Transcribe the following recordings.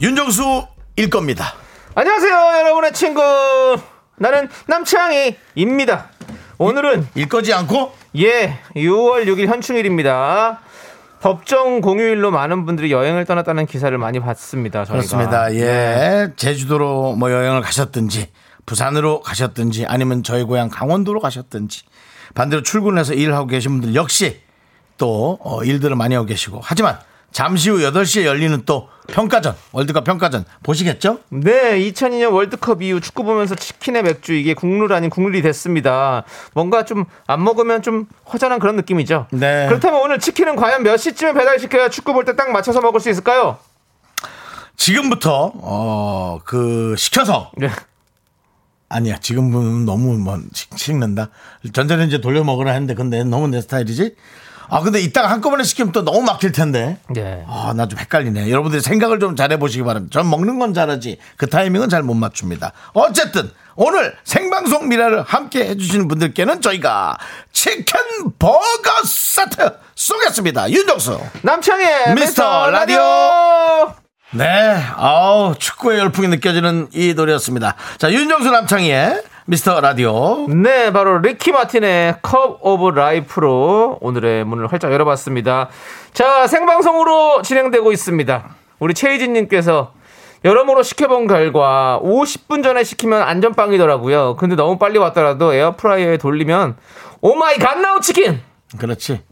윤정수일 겁니다. 안녕하세요, 여러분의 친구. 나는 남창희입니다. 오늘은 일 거지 않고 예, 6월 6일 현충일입니다. 법정 공휴일로 많은 분들이 여행을 떠났다는 기사를 많이 봤습니다. 저희가. 그렇습니다. 예. 제주도로 뭐 여행을 가셨든지 부산으로 가셨든지 아니면 저희 고향 강원도로 가셨든지 반대로 출근해서 일하고 계신 분들 역시 또 어, 일들을 많이 하고 계시고 하지만 잠시 후 8시에 열리는 또 평가전 월드컵 평가전 보시겠죠? 네, 2002년 월드컵 이후 축구 보면서 치킨에 맥주 이게 국룰 아닌 국룰이 됐습니다. 뭔가 좀 안 먹으면 좀 허전한 그런 느낌이죠. 네. 그렇다면 오늘 치킨은 과연 몇 시쯤에 배달시켜야 축구 볼 때 딱 맞춰서 먹을 수 있을까요? 지금부터 어, 그 시켜서 네. 아니야 지금은 너무 뭐 식- 식는다 전자레인지 돌려 먹으라 했는데 근데 너무 내 스타일이지 아 근데 이따가 한꺼번에 시키면 또 너무 막힐 텐데 네. 아 나 좀 헷갈리네 여러분들이 생각을 좀 잘해보시기 바랍니다 전 먹는 건 잘하지 그 타이밍은 잘 못 맞춥니다 어쨌든 오늘 생방송 미라를 함께 해주시는 분들께는 저희가 치킨 버거 세트 쏘겠습니다 윤정수 미스터 남창의 미스터 라디오. 네, 아우 축구의 열풍이 느껴지는 이 노래였습니다. 자, 윤정수 남창희의 미스터 라디오. 네, 바로 리키 마틴의 컵 오브 라이프로 오늘의 문을 활짝 열어봤습니다. 자, 생방송으로 진행되고 있습니다. 우리 최희진님께서 여러모로 시켜본 결과 50분 전에 시키면 안전빵이더라고요. 근데 너무 빨리 왔더라도 에어프라이어에 돌리면 오마이 갓나우 치킨! 그렇지.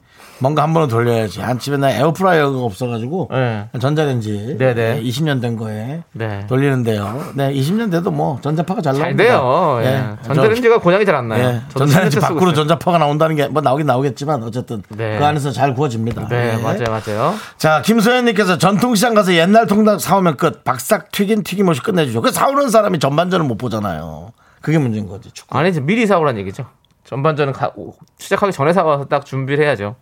뭔가 한 번은 돌려야지. 한 집에 나 에어프라이어가 없어가지고 네. 전자레인지 네네. 20년 된 거에 네. 돌리는데요. 네, 20년 돼도 뭐 전자파가 잘 잘 나옵니다. 돼요. 예. 네, 전자레인지가 고장이 잘 안 저- 나요. 예, 저도 전자레인지 신경 쓰고 밖으로 있어요. 전자파가 나온다는 게 뭐 나오긴 나오겠지만 어쨌든 네. 그 안에서 잘 구워집니다. 네, 예. 맞아요, 맞아요. 자, 김소연님께서 전통시장 가서 옛날 통닭 사오면 끝. 박삭 튀긴 튀김옷이 끝내주죠. 그 사오는 사람이 전반전을 못 보잖아요. 그게 문제인 거지. 축구. 아니, 이제 미리 사오란 얘기죠. 전반전은 가- 시작하기 전에 사와서 딱 준비를 해야죠.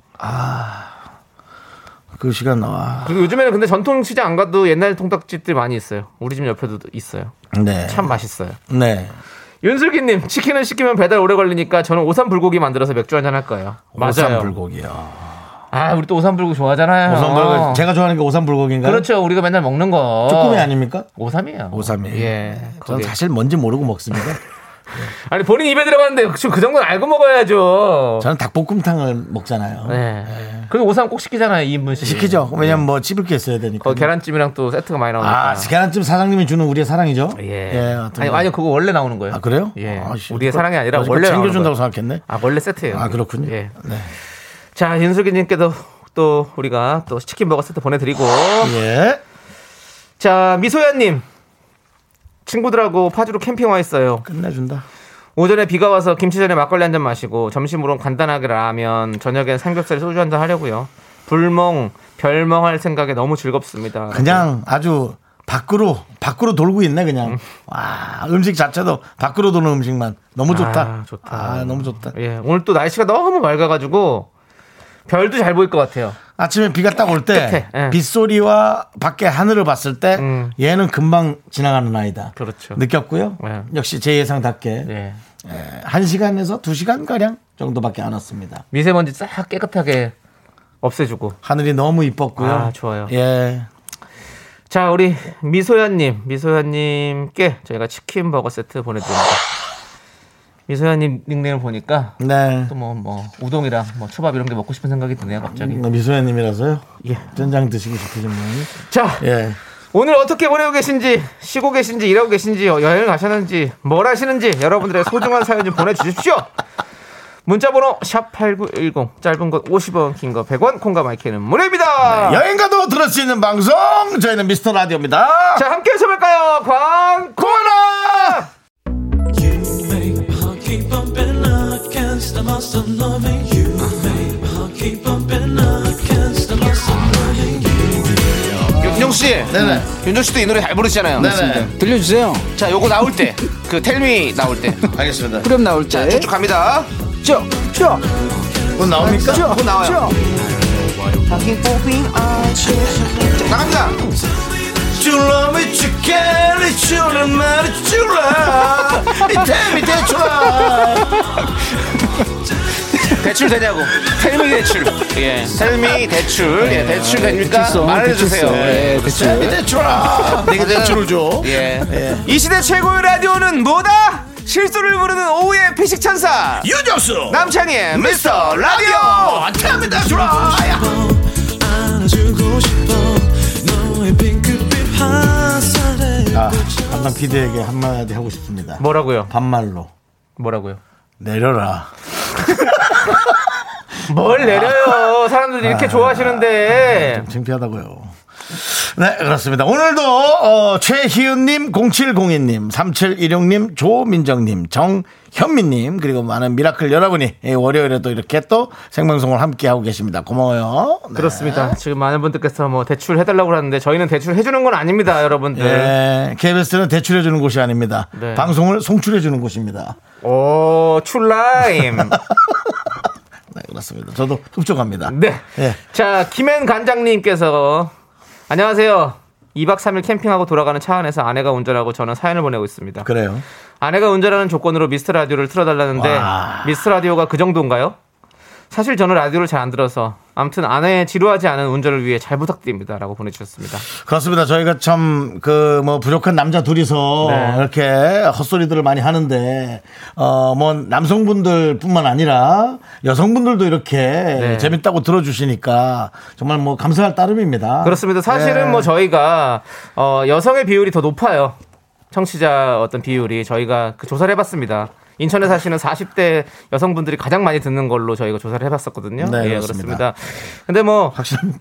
그 시간 나와. 그리고 요즘에는 근데 전통 시장 안 가도 옛날 통닭집들 많이 있어요. 우리 집 옆에도 있어요. 네. 참 맛있어요. 네. 윤슬기님 치킨을 시키면 배달 오래 걸리니까 저는 오삼 불고기 만들어서 맥주 한잔 할 거예요. 오삼 불고기요. 아 우리 또 오삼 불고기 좋아하잖아요. 어. 오삼 불고기. 제가 좋아하는 게 오삼 불고기인가요? 그렇죠. 우리가 맨날 먹는 거. 쭈꾸미 아닙니까? 오삼이에요. 오삼이에요. 예. 저는 거기. 사실 뭔지 모르고 먹습니다. 아니 본인 입에 들어갔는데 지금 그 정도는 알고 먹어야죠. 저는 닭볶음탕을 먹잖아요. 네. 예. 그리고 오삼 꼭 시키잖아요. 이인분씩 시키죠. 왜냐면 뭐 씹을 게 있어야 되니까. 거기 계란찜이랑 또 세트가 많이 나오니까. 아, 계란찜 사장님이 주는 우리의 사랑이죠? 예. 어떤 아니 거. 아니 그거 원래 나오는 거예요. 아, 그래요? 예. 아, 씨. 우리의 사랑이 아니라 어저께 원래 나오는 챙겨준다고 거예요. 생각했네. 아 원래 세트예요. 아, 그렇군요. 예. 네. 자, 윤슬기님께도 또 우리가 또 치킨 버거 세트 보내드리고. 예. 자, 미소연님. 친구들하고 파주로 캠핑 와 있어요. 끝내준다. 오전에 비가 와서 김치전에 막걸리 한 잔 마시고 점심으로 간단하게 라면, 저녁엔 삼겹살에 소주 한 잔 하려고요. 불멍, 별멍할 생각에 너무 즐겁습니다. 그냥 아주 밖으로 밖으로 돌고 있네 음. 그냥. 와 음식 자체도 밖으로 도는 음식만 너무 좋다. 아, 좋다. 아, 너무 좋다. 예, 오늘 또 날씨가 너무 맑아가지고 별도 잘 보일 것 같아요. 아침에 비가 딱 올 때 깨끗해, 예. 빗소리와 밖에 하늘을 봤을 때 음. 얘는 금방 지나가는 아이다. 그렇죠. 느꼈고요. 예. 역시 제 예상답게 예. 한 시간에서 두 시간 가량 정도밖에 안 왔습니다. 미세먼지 싹 깨끗하게 없애주고. 하늘이 너무 이뻤고요. 아, 좋아요. 예. 자, 우리 미소연님, 미소연님께 저희가 치킨 버거 세트 보내드립니다. 미소연님 닉네임 보니까 네. 또 뭐 뭐 우동이랑 뭐 초밥 이런 게 먹고 싶은 생각이 드네요, 갑자기. 미소연님이라서요. 예. 된장 드시고 싶으시면. 자, 예. 오늘 어떻게 보내고 계신지, 쉬고 계신지, 일하고 계신지, 어, 여- 여행을 가셨는지, 뭘 하시는지 여러분들의 소중한 사연 좀 보내주십시오. 문자번호 샵 #8910 짧은 것 50원, 긴 거 100원, 콩과 마이크는 무료입니다. 네. 여행가도 들을 수 있는 방송 저희는 미스터 라디오입니다. 자, 함께 해볼까요? 광 코너 You make my heart keep bumping against the must of loving you. Make my heart keep bumping against the must of loving you. 윤종 씨 때 네네. 윤종 씨도 이 노래 잘 부르시잖아요. 네네. 들려주세요. 자, 요거 나올 때, 그 텔미 나올 때, 알겠습니다. 그럼 나올 때. 쭉쭉 갑니다. 쭉, 쭉, 곧 나옵니까? 쭉, 곧 나와요. 쭉. 자, 나갑니다. You love me, you care, you love me, you love me. Tell me that you love. 대출 되냐고. 텔미 대출. 예. 텔미 대출. 예, 대출 됩니까? 대출성, 말해주세요. 대출성. 예. 네. 예, Tell me 대출. that you love. 내게 대출을 줘. 예. 이 시대 최고의 라디오는 뭐다? 실수를 부르는 오후의 피식천사. 유정수. 네. 남창희의 미스터 라디오! Tell me that you love. 안아주고 싶어 너의 핑크빛 화살에 아, 방금 피디에게 한마디 하고 싶습니다. 뭐라고요? 반말로 뭐라고요? 내려라. 뭘 내려요? 사람들이 이렇게 좋아하시는데. 창피하다고요. 네, 그렇습니다. 오늘도 어, 최희은님, 0702님, 3716님, 조민정님, 정현민님 그리고 많은 미라클 여러분이 이 월요일에 또 이렇게 또 생방송을 함께 하고 계십니다. 고마워요. 네. 그렇습니다. 지금 많은 분들께서 뭐 대출 해달라고 하는데 저희는 대출 해주는 건 아닙니다, 여러분들. 예, KBS는 대출해주는 곳이 아닙니다. 네. 방송을 송출해주는 곳입니다. 오, 출라임. 네, 그렇습니다. 저도 흡족합니다. 네. 예. 자, 김앤 간장님께서 안녕하세요. 2박 3일 캠핑하고 돌아가는 차 안에서 아내가 운전하고 저는 사연을 보내고 있습니다. 그래요. 아내가 운전하는 조건으로 미스터 라디오를 틀어달라는데 와. 미스터 라디오가 그 정도인가요? 사실 저는 라디오를 잘 안 들어서 아무튼 아내의 지루하지 않은 운전을 위해 잘 부탁드립니다라고 보내주셨습니다. 그렇습니다. 저희가 참 그 뭐 부족한 남자 둘이서 네. 이렇게 헛소리들을 많이 하는데 어 뭐 남성분들뿐만 아니라 여성분들도 이렇게 재밌다고 들어주시니까 정말 뭐 감사할 따름입니다. 그렇습니다. 사실은 예. 뭐 저희가 어, 여성의 비율이 더 높아요. 청취자 어떤 비율이 저희가 그 조사를 해봤습니다. 인천에 사시는 40대 여성분들이 가장 많이 듣는 걸로 저희가 조사를 해봤었거든요. 네, 예, 그렇습니다. 그렇습니다. 근데 뭐 확실합니다.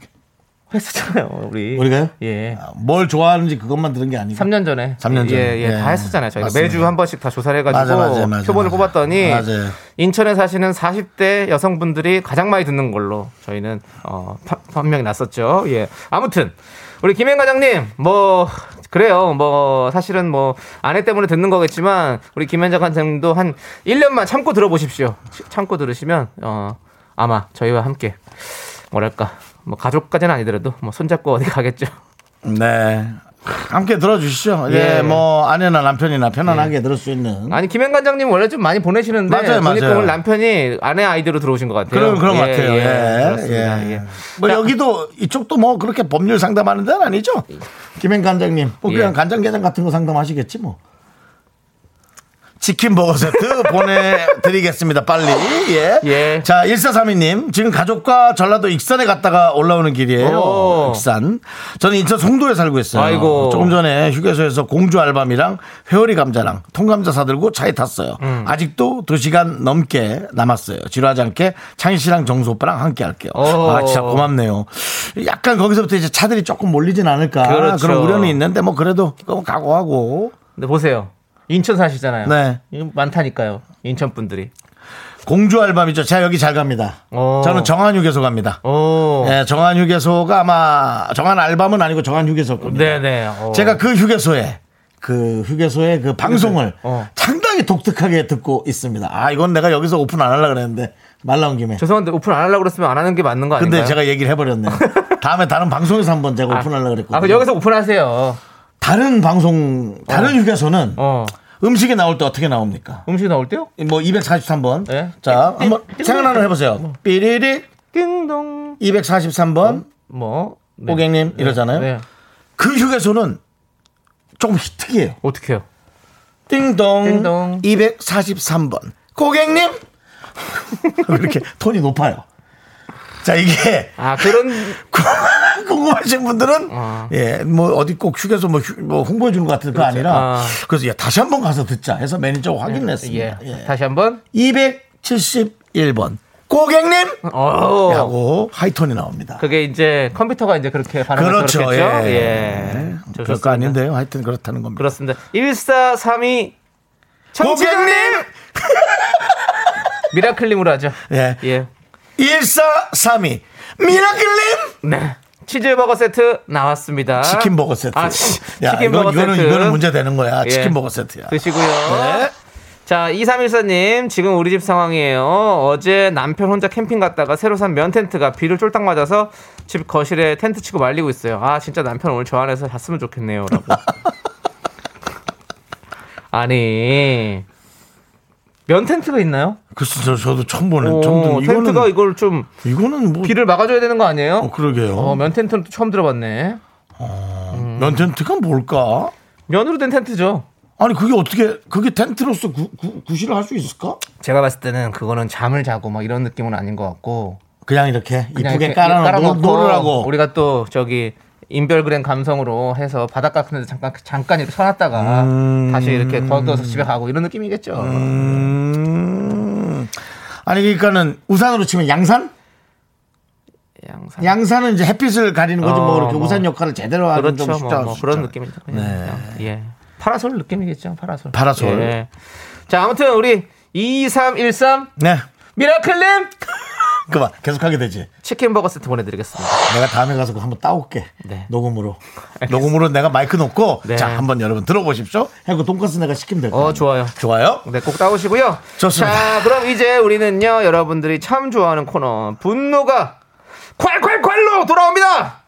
했었잖아요, 우리. 우리가요? 예. 아, 뭘 좋아하는지 그것만 들은 게 아니고 3년 전에. 삼년 전에. 예, 예, 예. 다 했었잖아요. 저희가 맞습니다. 매주 한 번씩 다 조사를 해가지고 맞아, 맞아, 맞아. 표본을 맞아. 뽑았더니 맞아요. 인천에 사시는 40대 여성분들이 가장 많이 듣는 걸로 저희는 어, 파- 판명이 났었죠. 예. 아무튼 우리 김행 과장님 뭐 그래요. 뭐 사실은 뭐 아내 때문에 듣는 거겠지만 우리 김현자 과장님도 한 1년만 참고 들어보십시오. 치- 참고 들으시면 어, 아마 저희와 함께 뭐랄까 뭐 가족까지는 아니더라도 뭐 손잡고 어디 가겠죠. 네. 함께 들어주시죠. 예, 예. 뭐 아내나 남편이나 편안하게 들을 수 있는 아니 김행 관장님 원래 좀 많이 보내시는데 맞아요, 보니까 맞아요. 오늘 남편이 아내 아이디로 들어오신 것 같아요. 그런 그런 것 같아요. 예, 그렇습니다. 예. 예. 뭐 자, 여기도 이쪽도 뭐 그렇게 법률 상담하는 데는 아니죠. 김행 간장님, 뭐 그냥 예. 간장게장 같은 거 상담하시겠지 뭐. 치킨 버거 세트 보내드리겠습니다. 빨리. 예. 예. 자, 1432님. 지금 가족과 전라도 익산에 갔다가 올라오는 길이에요. 오. 익산. 저는 인천 송도에 살고 있어요. 아이고. 조금 전에 휴게소에서 공주 알밤이랑 회오리 감자랑 통감자 사들고 차에 탔어요. 음. 아직도 2시간 넘게 남았어요. 지루하지 않게 창희 씨랑 정수 오빠랑 함께 할게요. 오. 아, 진짜 고맙네요. 약간 거기서부터 이제 차들이 조금 몰리진 않을까. 그렇죠. 런 우려는 있는데 뭐 그래도 그거 각오하고. 근데 보세요. 인천 사시잖아요. 네. 이거 많다니까요. 인천 분들이. 공주 알밤이죠. 제가 여기 잘 갑니다. 오. 저는 정한 휴게소 갑니다. 오. 예, 정한 휴게소가 아마 정한 알밤은 아니고 정한 휴게소 겁니다. 네, 네. 어. 제가 그 휴게소에 그 휴게소의 그 방송을 어. 상당히 독특하게 듣고 있습니다. 아 이건 내가 여기서 오픈 안 하려 그랬는데 말 나온 김에. 죄송한데 오픈 안 하려고 그랬으면 안 하는 게 맞는 거 아닌가요? 근데 제가 얘기를 해버렸네요. 다음에 다른 방송에서 한번 제가 오픈하려 그랬거든요. 아, 그럼 여기서 오픈하세요. 다른 방송 다른 휴게소는 어. 음식이 나올 때 어떻게 나옵니까? 음식 나올 때요? 뭐 243번. 네. 자 한번 생각나는 뭐. 해보세요. 삐리리 띵동. 243번 뭐. 네. 고객님 이러잖아요. 네. 그 휴게소는 조금 특이해요. 어떻게 해요? 띵동, 띵동. 243번 고객님 왜 이렇게 톤이 높아요. 자 이게 아, 그런 궁금하신 분들은 어. 예 뭐 어디 꼭 휴게소 뭐, 휴- 뭐 홍보해 주는 것 같은 거 아니라 아. 그래서 야, 다시 한번 가서 듣자 해서 매니저 예. 확인했습니다. 예. 다시 한번. 271번 고객님 어. 하고 하이톤이 나옵니다. 그게 이제 컴퓨터가 이제 그렇게 반응을 그렇죠, 그렇겠죠. 예. 예. 그럴 거 좋습니다. 아닌데요. 하여튼 그렇다는 겁니다. 그렇습니다. 1432 청취자님 고객님 미라클님으로 하죠. 예. 예. 1432 미라클님 네. 치즈버거 세트 나왔습니다. 치킨 버거 세트. 아, 치, 야, 킨 이건, 버거 이거는, 세트. 이거는 문제 되는 거야. 예. 치킨 버거 세트야. 드시고요. 네. 자, 2314님, 지금 우리 집 상황이에요. 어제 남편 혼자 캠핑 갔다가 새로 산 면 텐트가 비를 쫄딱 맞아서 집 거실에 텐트 치고 말리고 있어요. 아, 진짜 남편 오늘 저 안에서 잤으면 좋겠네요. 라고. 아니, 면 텐트가 있나요? 글쎄, 저, 저도 처음 보는. 오, 네, 처음 듣는- 이거는, 텐트가 이걸 좀 이거는 뭐. 비를 막아줘야 되는 거 아니에요? 어, 그러게요. 어, 음. 면 텐트는 또 처음 들어봤네. 면 텐트가 뭘까? 면으로 된 텐트죠. 아니, 그게 어떻게, 그게 텐트로서 구, 구, 구실을 할 수 있을까? 제가 봤을 때는 그거는 잠을 자고 막 이런 느낌은 아닌 것 같고 그냥 이렇게 그냥 이쁘게 이렇게 깔아놓고 노르라고. 우리가 또 저기 인별그램 감성으로 해서 바닷가 같은 데 잠깐 잠깐 이렇게 쳐놨다가 다시 이렇게 걷어서 집에 가고 이런 느낌이겠죠. 음. 아니 그러니까는 우산으로 치면 양산? 양산. 양산은 이제 햇빛을 가리는 거지 뭐 어, 이렇게 뭐. 우산 역할을 제대로 하는 그렇죠. 좀 뭐, 쉽다. 네. 뭐 그런 느낌이죠. 그냥. 그냥. 예. 파라솔 느낌이겠죠. 파라솔. 파라솔. 예. 자, 아무튼 우리 2313 네. 미라클님 그만 계속하게 되지. 치킨 버거 세트 보내 드리겠습니다. 내가 다음에 가서 그거 한번 따올게. 네. 녹음으로. 녹음으로 내가 마이크 놓고 네. 자 한번 여러분 들어보십시오. 해고 돈까스 내가 시키면 될 거예요. 어, 좋아요. 좋아요. 네, 꼭 따오시고요. 좋습니다. 자, 그럼 이제 우리는요, 여러분들이 참 좋아하는 코너, 분노가 콸콸콸로 돌아옵니다!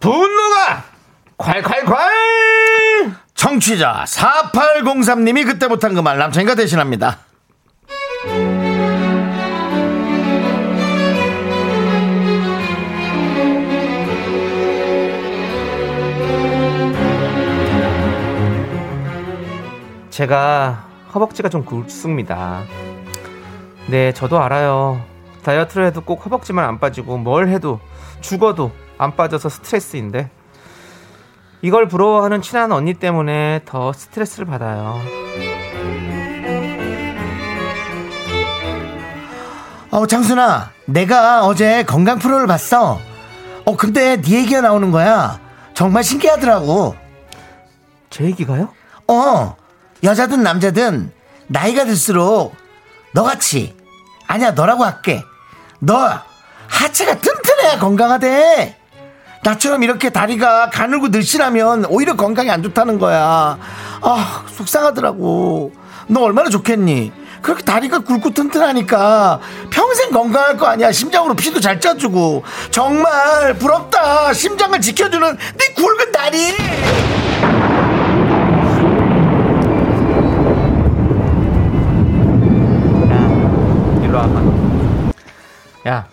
분노가 콸콸콸! 청취자 4803님이 그때 못한 그 말 남창이가 대신합니다. 제가 허벅지가 좀 굵습니다. 네, 저도 알아요. 다이어트를 해도 꼭 허벅지만 안 빠지고 뭘 해도 죽어도 안 빠져서 스트레스인데 이걸 부러워하는 친한 언니 때문에 더 스트레스를 받아요. 어 장순아 내가 어제 건강 프로를 봤어. 어 근데 네 얘기가 나오는 거야. 정말 신기하더라고. 제 얘기가요? 어, 여자든 남자든 나이가 들수록 너같이, 아니야, 너라고 할게. 너 하체가 튼튼해야 건강하대. 나처럼 이렇게 다리가 가늘고 늘씬하면 오히려 건강이 안 좋다는 거야. 아, 속상하더라고. 너 얼마나 좋겠니? 그렇게 다리가 굵고 튼튼하니까 평생 건강할 거 아니야. 심장으로 피도 잘 짜주고. 정말 부럽다. 심장을 지켜주는 네 굵은 다리. 야, 일로 와봐. 야,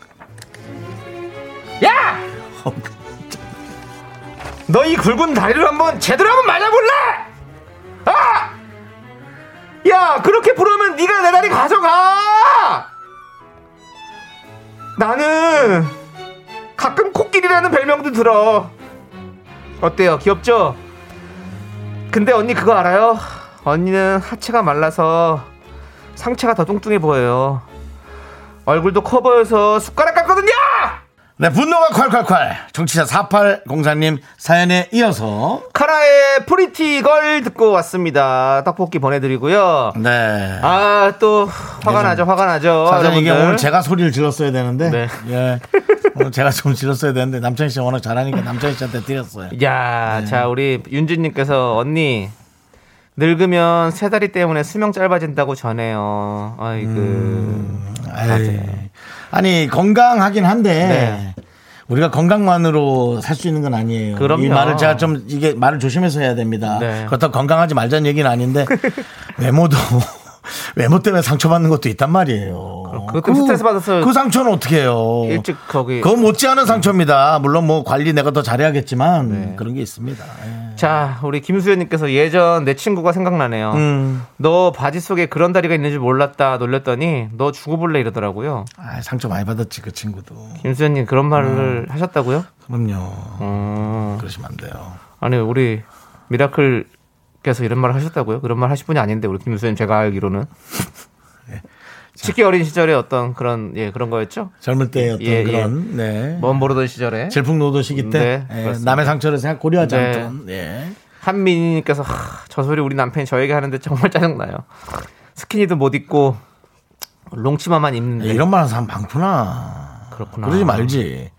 야! 너 이 굵은 다리를 한번 제대로 한번 맞아볼래? 아! 야, 그렇게 부르면 네가 내 다리 가져가. 나는 가끔 코끼리라는 별명도 들어. 어때요? 귀엽죠? 근데 언니 그거 알아요? 언니는 하체가 말라서 상체가 더 뚱뚱해 보여요. 얼굴도 커 보여서 숟가락 같거든요. 네, 분노가 콸콸콸. 정치자 4804님 사연에 이어서. 카라의 프리티걸 듣고 왔습니다. 떡볶이 보내드리고요. 네. 아 또 화가 나죠, 화가 나죠. 사실 이게 여러분들. 오늘 제가 소리를 질렀어야 되는데. 네. 예. 오늘 제가 좀 질렀어야 되는데, 남창희 씨가 워낙 잘하니까 남창희 씨한테 드렸어요. 야, 네. 자 우리 윤진님께서 언니 늙으면 세 다리 때문에 수명 짧아진다고 전해요. 아이고. 음. 에이. 아니, 건강하긴 한데. 아, 네. 우리가 건강만으로 살 수 있는 건 아니에요. 그럼요. 이 말을 제가 좀 이게 말을 조심해서 해야 됩니다. 네. 그렇다고 건강하지 말자는 얘기는 아닌데 외모도 외모 때문에 상처받는 것도 있단 말이에요. 그것도 스트레스 받아서 그 상처는 어떻게 해요? 일찍 거기. 그건 못지않은 상처입니다. 물론 뭐 관리 내가 더 잘해야겠지만 네. 그런 게 있습니다. 예. 자 우리 김수현님께서 예전 내 친구가 생각나네요. 음. 너 바지 속에 그런 다리가 있는 줄 몰랐다 놀렸더니 너 죽어볼래 이러더라고요. 아, 상처 많이 받았지 그 친구도. 김수현님 그런 말을 하셨다고요? 그럼요. 음. 그러시면 안 돼요. 아니 우리 미라클께서 이런 말을 하셨다고요? 그런 말 하실 분이 아닌데 우리 김수현 제가 알기로는 예. 치기 어린 시절에 어떤 그런 예 그런 거였죠? 젊을 때 어떤 예, 그런 네. 먼 모르던 시절에 질풍노도시기 때 네, 예, 그렇습니다. 남의 상처를 생각 고려하지 네. 않던 예. 한민희님께서 하, 저 소리 우리 남편이 저에게 하는데 정말 짜증나요. 스키니도 못 입고 롱치마만 입는데 이런 말 하는 사람 많구나. 아, 그렇구나. 네. 그러지 말지.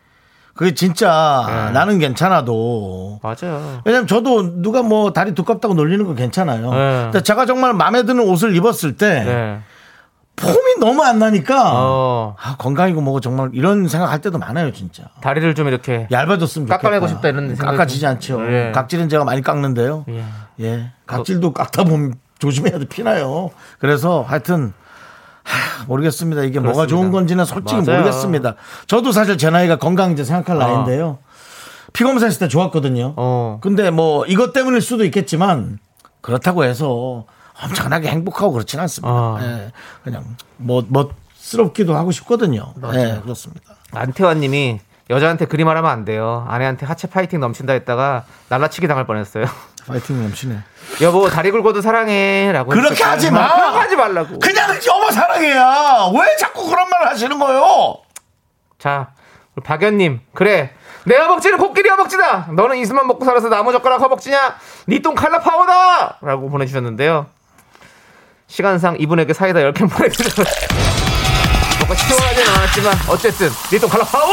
그게 진짜 나는 괜찮아도. 맞아요. 왜냐면 저도 누가 뭐 다리 두껍다고 놀리는 건 괜찮아요. 네. 근데 제가 정말 마음에 드는 옷을 입었을 때 네. 폼이 너무 안 나니까 어 아, 건강이고 뭐고 정말 이런 생각할 때도 많아요, 진짜. 다리를 좀 이렇게 얇아졌으면 좋겠다. 깎아내고 싶다 이런 생각이 깎아지지 좀- 않죠. 예. 각질은 제가 많이 깎는데요. 예. 예. 각질도 깎다 보면 조심해야 돼 피나요. 그래서 하여튼 하, 모르겠습니다. 이게 뭐가 그렇습니다. 좋은 건지는 솔직히 맞아요. 아. 모르겠습니다. 저도 사실 제 나이가 건강 이제 생각할 나이인데요. 피 검사했을 때 좋았거든요. 어. 근데 뭐 이것 때문일 수도 있겠지만 그렇다고 해서 엄청나게 행복하고 그렇진 않습니다. 어. 예. 그냥 뭐 멋스럽기도 하고 싶거든요. 예, 그렇습니다. 안태환님이 여자한테 그리 말하면 안 돼요. 아내한테 하체 파이팅 넘친다 했다가 날라치기 당할 뻔했어요. 파이팅 넘치네. 여보 다리 굵어도 사랑해라고. 그렇게 했었어요. 하지 마! 그렇게 하지 말라고. 그냥 여보 사랑해야 왜 자꾸 그런 말을 하시는 거예요? 자, 우리 박연님, 그래. 내 허벅지는 코끼리 허벅지다! 너는 이슬만 먹고 살아서 나무젓가락 허벅지냐? 니똥 칼라 파워다! 라고 보내주셨는데요. 시간상 이분에게 사이다 10개 보내드려요. 뭔가 시원하진 않았지만, 어쨌든, 니똥 칼라 파워!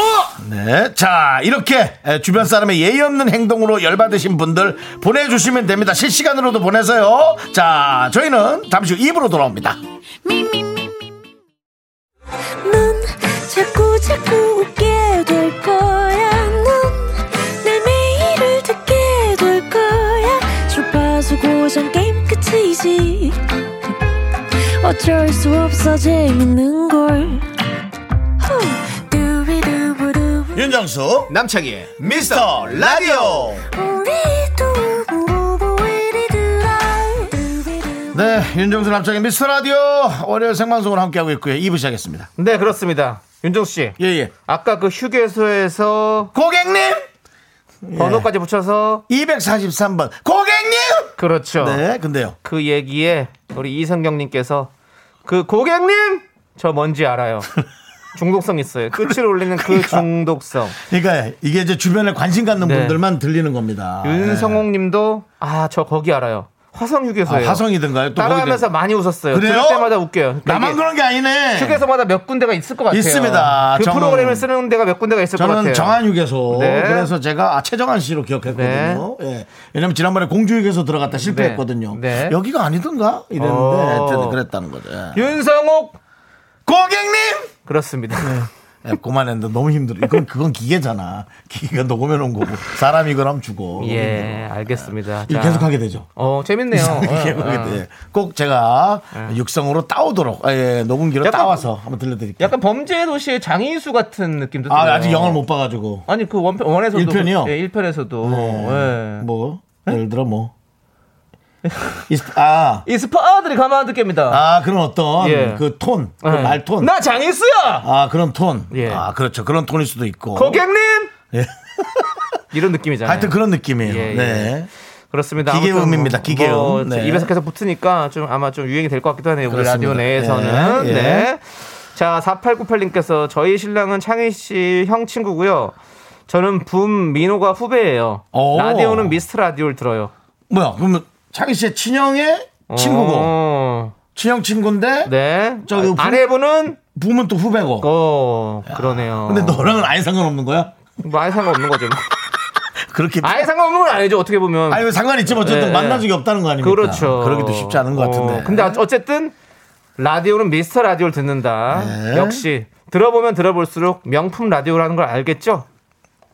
네, 자 이렇게 주변 사람의 예의 없는 행동으로 열받으신 분들 보내주시면 됩니다. 실시간으로도 보내세요. 자, 저희는 잠시 후 입으로 돌아옵니다. 넌 자꾸 자꾸 웃게 될 거야. 넌내 매일을 듣게 될 거야. 주파수 고정 게임 끝이지. 어쩔 수 없어 재밌는 걸. 후. 두비두부두. 윤정수 남창희의 미스터 라디오. 우리 두부부부 우리 두라. 두비두부. 네, 윤정수 남창의 미스터 라디오 월요일 생방송으로 함께하고 있고요. 2부 시작했습니다. 네, 그렇습니다. 윤정씨. 예, 예. 아까 그 휴게소에서 예. 고객님 번호까지 붙여서, 243번 고객님. 그렇죠. 네, 근데요. 그 얘기에 우리 이성경님께서 그 고객님 저 뭔지 알아요. 중독성 있어요. 끝을 올리는 그 중독성. 그러니까 이게 이제 주변에 관심 갖는 네. 분들만 들리는 겁니다. 윤성옥님도 아 저 거기 알아요. 화성 예. 아, 휴게소예요. 화성이든가요? 또 따라하면서 많이 웃었어요. 거기든- 그래요? 들을 때마다 웃겨요. 그러니까 나만 이게 그런 게 아니네. 휴게소마다 몇 군데가 있을 것 같아요. 있습니다. 그 저는- 프로그램을 쓰는 데가 몇 군데가 있을 것 저는 같아요. 정한 휴게소. 네. 그래서 제가 아, 최정한 씨로 기억했거든요. 예. 왜냐면 지난번에 공주 휴게소 들어갔다 실패했거든요. 네. 여기가 아니던가 이랬는데 어. 하여튼 그랬다는 거죠. 예. 윤성옥 고객님! 그렇습니다. 예, 그만했는데 너무 힘들어. 이건 그건 기계잖아. 기계가 녹으면 온 거고 사람이 그럼 주고. 예 알겠습니다. 이거 자. 계속 하게 되죠. 어 재밌네요. 이렇게 어, 하게 어. 돼. 꼭 제가 육성으로 따오도록 예, 녹음기로 약간- 따와서 한번 들려드릴게요. 약간 범죄 도시의 장인수 같은 느낌도 아, 들어요. 아직 영화를 못 봐가지고 아니 그 원편 원에서도 일 편이요? 예, 1편에서도 뭐 네? 예를 들어 뭐 이스- 아 예. 이 스파들이 가만 안 듣겠습니다. 아 그런 어떤 예. 그 톤, 그 예. 말톤. 나 장인수야. 아 그런 톤. 예. 아 그렇죠. 그런 톤일 수도 있고. 고객님. 예. 이런 느낌이잖아요. 하여튼 그런 느낌이에요. 예, 예. 네. 그렇습니다. 기계음입니다, 아무튼 기계음. 뭐 네. 입에서 계속 붙으니까 좀 아마 좀 유행이 될 것 같기도 하네요. 우리 그렇습니다. 라디오 내에서는. 예, 예. 네. 자, 4898님께서 저희 신랑은 창희 씨 형 친구고요. 저는 붐 민호가 후배예요. 오. 라디오는 미스트 라디오를 들어요. 뭐야? 그러면 창희 씨의 친형의 친구고 어. 친형 친구인데 네. 저 그 붐- 아내분은 부모는 또 후배고. 어, 그러네요. 근데 너랑은 아예 상관없는 거야? 뭐 아예 상관없는 거죠. 뭐. 그렇게 아예 상관없는 건 아니죠. 어떻게 보면. 아니 왜 상관있지만 어쨌든 예, 예. 만난 적이 없다는 거 아닙니까? 그렇죠. 그러기도 쉽지 않은 것 어, 같은데. 근데 어쨌든 라디오는 미스터 라디오를 듣는다. 네. 역시 들어보면 들어볼수록 명품 라디오라는 걸 알겠죠?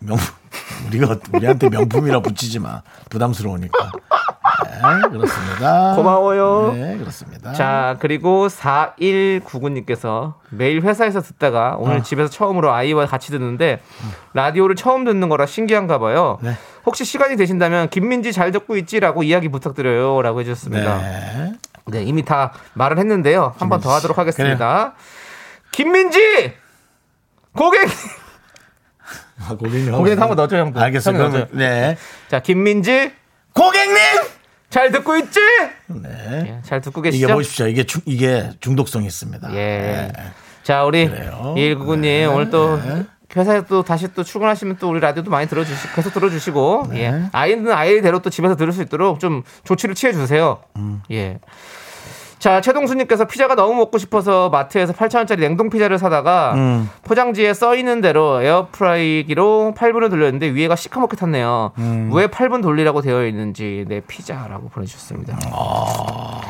명품 우리가 우리한테 명품이라 붙이지 마 부담스러우니까. 네, 그렇습니다. 고마워요. 네, 그렇습니다. 자, 그리고 4199님께서 매일 회사에서 듣다가 오늘 아. 집에서 처음으로 아이와 같이 듣는데 라디오를 처음 듣는 거라 신기한가 봐요. 네. 혹시 시간이 되신다면 김민지 잘 듣고 있지라고 이야기 부탁드려요. 라고 해주셨습니다. 네. 네. 이미 다 말을 했는데요. 한 번 더 하도록 하겠습니다. 김민지! 고객님! 아, 고객님. 고객님 한번 넣어줘요, 형도. 알겠어요. 형님 그러면, 넣어줘요. 네. 자, 김민지! 고객님! 잘 듣고 있지? 네. 예, 잘 듣고 이게 계시죠? 보십시오. 이게 중, 이게 중독성이 있습니다. 네. 예. 자, 우리 그래요. 네. 2199님 오늘 또 회사에 또 다시 또 출근하시면 또 우리 라디오도 많이 들어주시 계속 들어주시고 네. 음. 예. 아이는 아이대로 또 집에서 들을 수 있도록 좀 조치를 취해 주세요. 예. 자, 최동수님께서 피자가 너무 먹고 싶어서 마트에서 8,000원짜리 냉동피자를 사다가 음. 포장지에 써있는 대로 에어프라이기로 8분을 돌렸는데 위에가 시커멓게 탔네요. 음. 왜 8분 돌리라고 되어 있는지 내 피자라고 보내주셨습니다. 어.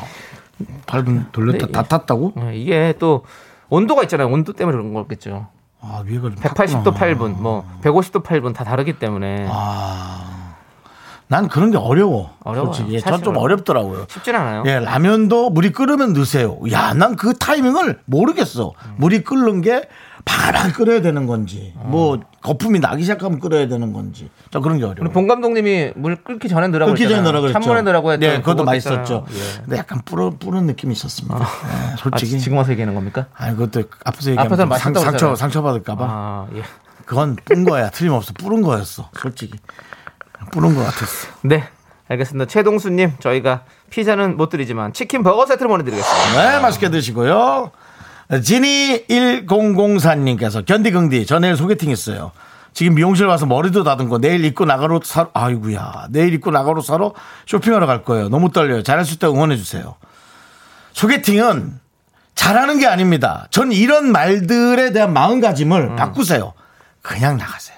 8분 돌렸다 네, 다 탔다고? 어, 이게 또 온도가 있잖아요. 온도 때문에 그런 거겠죠. 아 위에가 좀 180도 탔구나. 아. 8분, 뭐 150도 8분 다 다르기 때문에 난 그런 게 어려워. 어려워요. 솔직히 전 좀 사실은. 어렵더라고요. 쉽진 않아요. 예, 라면도 물이 끓으면 넣으세요. 야, 난 그 타이밍을 모르겠어. 음. 물이 끓는 게 바글바글 끓여야 되는 건지, 어. 뭐 거품이 나기 시작하면 끓여야 되는 건지, 저 그런 게 어려워. 본 감독님이 물 끓기 전에 넣으라고 끓기 전에 했잖아요. 넣으라고 했죠. 찬물에 넣으라고 했죠. 네, 그것도 맛있었죠. 근데 약간 뿌른 뿌른 느낌이 있었습니다. 예, 예. 아, 솔직히. 지금 와서 얘기하는 겁니까? 아니 그것도 앞에서 얘기하면 좀 앞에서는 상, 맛있다고 상처 그러잖아요. 상처 받을까봐 아, 예. 그건 뿐 거야 틀림없어 뿌른 거였어 솔직히 뿌른 거 같았어 네. 알겠습니다. 최동수님, 저희가 피자는 못 드리지만 치킨 버거 세트를 보내드리겠습니다. 네, 맛있게 드시고요. 지니 1004님께서 견디 긍디 저 내일 소개팅 있어요. 지금 미용실 와서 머리도 다듬고 내일 입고 나갈 옷 사러 아이구야 내일 입고 나갈 옷 사러 쇼핑하러 갈 거예요. 너무 떨려요. 잘할 수 있다고 응원해 주세요. 소개팅은 잘하는 게 아닙니다. 전 이런 말들에 대한 마음가짐을 바꾸세요. 그냥 나가세요.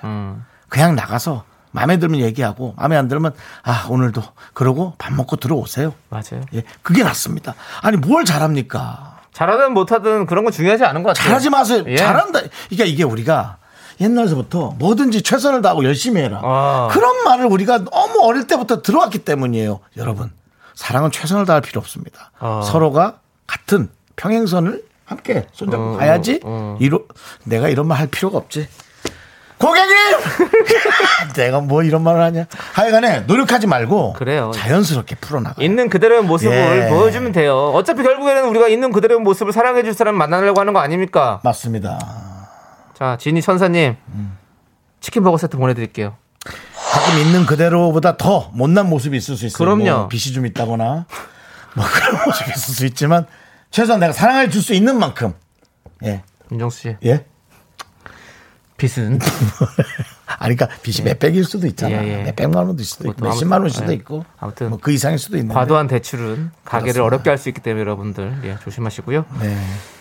그냥 나가서 마음에 들면 얘기하고 마음에 안 들면 아 오늘도 그러고 밥 먹고 들어오세요. 맞아요. 예, 그게 낫습니다. 아니 뭘 잘합니까? 잘하든 못하든 그런 건 중요하지 않은 것 같아요. 잘하지 마세요. 예. 잘한다. 그러니까 이게 우리가 옛날서부터 뭐든지 최선을 다하고 열심히 해라. 아. 그런 말을 우리가 너무 어릴 때부터 들어왔기 때문이에요. 여러분 사랑은 최선을 다할 필요 없습니다. 아. 서로가 같은 평행선을 함께 어, 손잡고 가야지. 이로 내가 이런 말 할 필요가 없지. 고객님, 내가 뭐 이런 말을 하냐? 하여간에 노력하지 말고 그래요. 자연스럽게 풀어나가. 있는 그대로의 모습을 예. 보여주면 돼요. 어차피 결국에는 우리가 있는 그대로의 모습을 사랑해줄 사람 만나려고 하는 거 아닙니까? 맞습니다. 자, 지니 천사님, 음. 치킨 버거 세트 보내드릴게요. 가끔 있는 그대로보다 더 못난 모습이 있을 수 있어요. 그럼요. 뭐 빛이 좀 있다거나 뭐 그런 모습이 있을 수 있지만 최소한 내가 사랑을 줄 수 있는 만큼 예. 윤정수 씨, 예. 빛은 아니 그러니까 빛이 몇 백일 수도 있잖아. 예, 예. 몇 백만 원도 있을 수도 있고 그것도 몇십만 아무튼, 원일 수도 예. 있고 아무튼 뭐 그 이상일 수도 있는데. 과도한 대출은 가게를 그렇습니다. 어렵게 할 수 있기 때문에 여러분들 예, 조심하시고요. 네.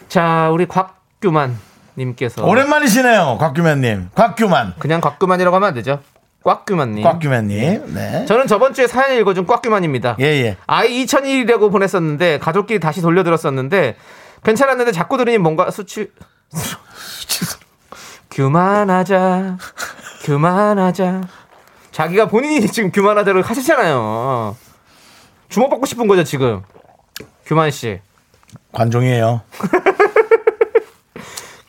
자, 우리 곽규만 님께서 오랜만이시네요. 곽규만 님. 곽규만. 그냥 곽규만이라고 하면 안 되죠. 곽규만 님. 곽규만 님. 네. 예. 저는 저번 주에 사연 읽어준 꽉규만입니다. 예, 예. 아이 2001이라고 보냈었는데 가족끼리 다시 돌려들었었는데 괜찮았는데 자꾸 들으니 뭔가 수치 교만하자 교만하자 자기가 본인이 지금 교만하자를 하시잖아요. 주목받고 싶은 거죠 지금 규만 씨. 관종이에요.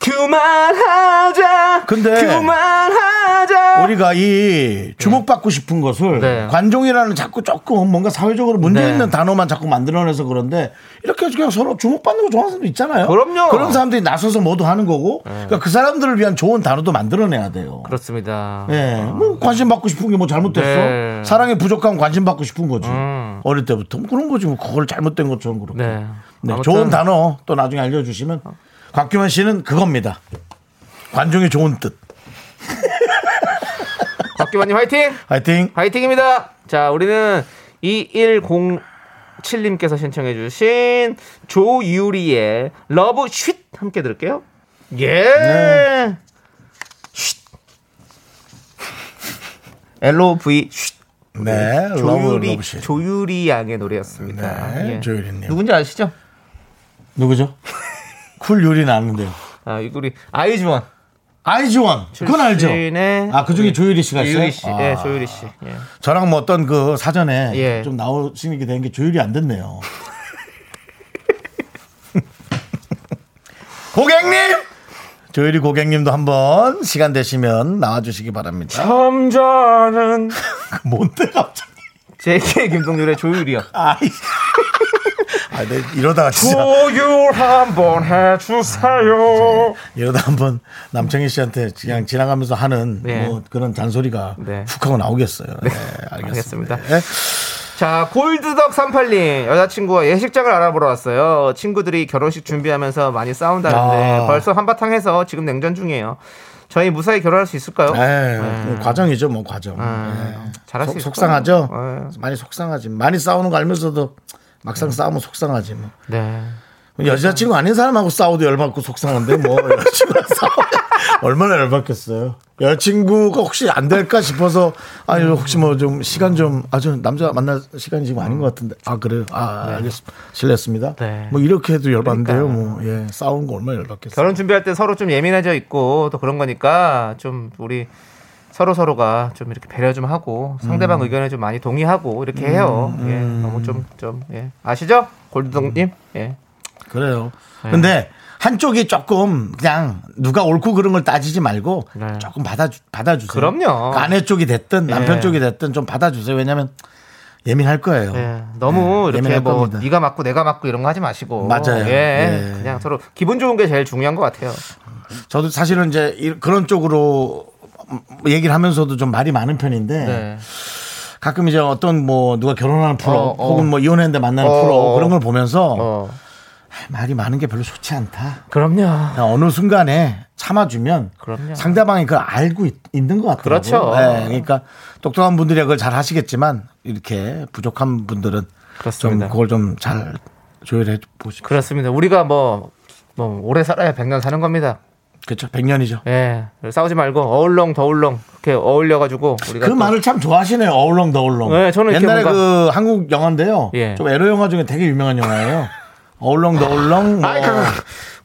교만하자. 근데 교만하자. 우리가 이 주목받고 싶은 것을 네. 관종이라는 자꾸 조금 뭔가 사회적으로 문제 네. 있는 단어만 자꾸 만들어내서 그런데 이렇게 그냥 서로 주목받는 거 좋아하는 사람도 있잖아요. 그럼요. 네. 런 사람들이 나서서 뭐도 하는 거고 그러니까 그 사람들을 위한 좋은 단어도 만들어내야 돼요. 그렇습니다. 예, 뭐 관심 받고 싶은 게 뭐 잘못됐어? 네. 사랑에 부족한 관심 받고 싶은 거지. 음. 어릴 때부터 뭐 그런 거지 뭐 그걸 잘못된 것처럼 그렇고. 네. 네, 아무튼- 좋은 단어 또 나중에 알려주시면 곽규만 씨는 그겁니다. 관종의 좋은 뜻. 곽규만님 화이팅. 화이팅. 화이팅입니다. 자, 우리는 2107님께서 신청해주신 조유리의 러브 쉿 함께 들을게요. 예. 네. 쉿. L.O.V. 쉿. 네, 러브 조유리 러브 씨. 조유리 양의 노래였습니다. 예. 네, 조유리님. 누군지 아시죠? 누구죠? 쿨 요리 나왔는데요. 아, 이거 우리 아이즈원. 아이즈원 그건 알죠. 출신의 아 그 중에 조유리 씨가 있어요. 조유리 씨. 아, 예, 조유리 씨. 예. 저랑 뭐 어떤 그 사전에 예. 좀 나오시게 된 게 조유리 안 됐네요. 고객님 조유리 고객님도 한번 시간 되시면 나와주시기 바랍니다. 점자는 뭔데 갑자기? JK 김동률의 조유리요. 아이. 아, 네, 이러다가 진짜 조율 한번 해주세요. 네, 이러다 한번 남청희 씨한테 그냥 지나가면서 하는 네. 뭐 그런 잔소리가 네. 훅 하고 나오겠어요. 네, 알겠습니다. 알겠습니다. 예. 자, 골드덕 382 여자친구와 예식장을 알아보러 왔어요. 친구들이 결혼식 준비하면서 많이 싸운다는데 아. 벌써 한바탕 해서 지금 냉전 중이에요. 저희 무사히 결혼할 수 있을까요? 네. 에이, 과정이죠, 뭐 과정. 음, 예. 잘할 속- 수 있을 속상하죠. 거예요. 많이 속상하지. 많이 싸우는 거 알면서도 막상 싸우면 속상하지 뭐. 네. 여자친구 아닌 사람하고 싸워도 열받고 속상한데 뭐 여자친구랑 싸워 얼마나 열받겠어요. 여자친구가 혹시 안 될까 싶어서 아니 혹시 뭐 좀 시간 좀 아주 남자 만날 시간이 지금 아닌 것 같은데 아 그래요 아 알겠습니다 실례했습니다 네. 뭐 이렇게 해도 열받는데요 뭐예 싸우는 거 얼마나 열받겠어요 결혼 준비할 때 서로 좀 예민해져 있고 또 그런 거니까 좀 우리 서로 서로가 좀 이렇게 배려 좀 하고 상대방 의견에 좀 많이 동의하고 이렇게 해요. 예, 너무 좀 좀 예. 아시죠, 골드동님? 예. 그래요 네. 근데 한쪽이 조금 그냥 누가 옳고 그른 걸 따지지 말고 네. 조금 받아 받아주세요 그럼요. 그 아내 쪽이 됐든 남편 예. 쪽이 됐든 좀 받아주세요 왜냐면 예민할 거예요 예, 너무 예, 이렇게 예민할 뭐 겁니다. 네가 맞고 내가 맞고 이런 거 하지 마시고 맞아요. 예, 예. 그냥 서로 기분 좋은 게 제일 중요한 것 같아요. 저도 사실은 이제 이- 그런 쪽으로 얘기를 하면서도 좀 말이 많은 편인데 네. 가끔 이제 어떤 뭐 누가 결혼하는 프로 어, 어. 혹은 뭐 이혼했는데 만나는 어, 프로 어. 그런 걸 보면서 어, 아, 말이 많은 게 별로 좋지 않다. 그럼요. 그냥 어느 순간에 참아주면 그럼요. 상대방이 그걸 알고 있, 는것 같더라고요. 그렇죠. 네, 그러니까 똑똑한 분들이 그걸 잘 하시겠지만 이렇게 부족한 분들은 그렇습니다. 좀 그걸 좀 잘 조율해 보시고 그렇습니다. 우리가 뭐, 뭐 오래 살아야 100년 사는 겁니다. 그렇죠. 100년이죠. 예, 싸우지 말고 어울렁 더울렁 그렇게 어울려가지고 우리가 그 또- 말을 참 좋아하시네요. 어울렁 더울렁. 네, 저는 이렇게 옛날에 뭔가- 그 한국 영화인데요. 예. 좀 에로 영화 중에 되게 유명한 영화예요. 어울렁 더울렁. 뭐... 아이, 그-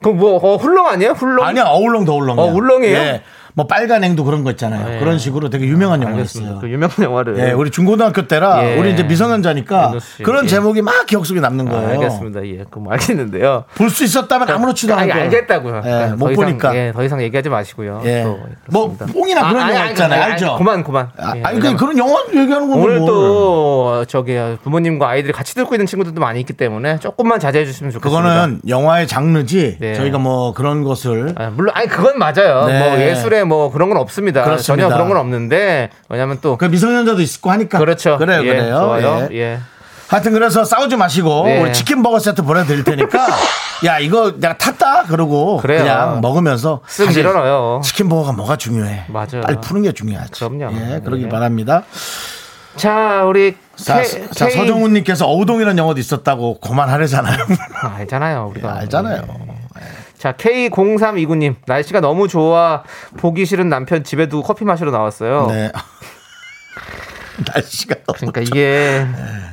그럼 뭐 어, 훌렁 아니에요? 훌렁? 아니야 어울렁 더울렁. 어, 울렁이에요? 뭐 빨간 앵두 그런 거 있잖아요. 예. 그런 식으로 되게 유명한 영화였어요. 알겠습니다. 그 유명한 영화를. 예, 우리 중고등학교 때라 예. 우리 이제 미성년자니까 윤호 씨, 그런 예. 제목이 막 기억 속에 남는 아, 거예요. 알겠습니다. 예, 그럼 알겠는데요. 볼 수 있었다면 아무렇지도 않고. 아니, 알겠다고요. 예, 못 더 이상, 보니까. 예, 더 이상 얘기하지 마시고요. 예. 또 뭐 그렇습니다. 뽕이나 그런 아, 아니, 영화 아니, 있잖아요. 아니, 아니, 알죠? 그만 그만. 아, 예, 아니 왜냐면 그 그런 영화 얘기하는 건데 뭐. 오늘 뭘. 또 저기 부모님과 아이들이 같이 듣고 있는 친구들도 많이 있기 때문에 조금만 자제해 주시면 좋겠습니다. 그거는 영화의 장르지 네. 저희가 뭐 그런 것을 아, 물론 아니 그건 맞아요. 네. 뭐 예술에 뭐 그런 건 없습니다. 그렇습니다. 전혀 그런 건 없는데 왜냐면 또 그 미성년자도 있고 하니까 그렇죠. 그래요 예, 그래요 좋아요. 예. 예. 하여튼 그래서 싸우지 마시고 네. 우리 치킨 버거 세트 보내드릴 테니까 야 이거 내가 탔다 그러고 그 그래요. 냥 먹으면서 쓱 사실 밀어넣어요. 치킨 버거가 뭐가 중요해 맞아요. 빨리 푸는 게 중요하지 그럼요. 예 그러길 예. 바랍니다 자 우리 자, K- 자 K- 서정훈님께서 어우동이라는 영어도 있었다고 고만하려잖아요 아, 알잖아요 우리가 예, 예. 알잖아요 자 K0329님 날씨가 너무 좋아 보기 싫은 남편 집에 두고 커피 마시러 나왔어요. 네 날씨가 너무 그러니까 이게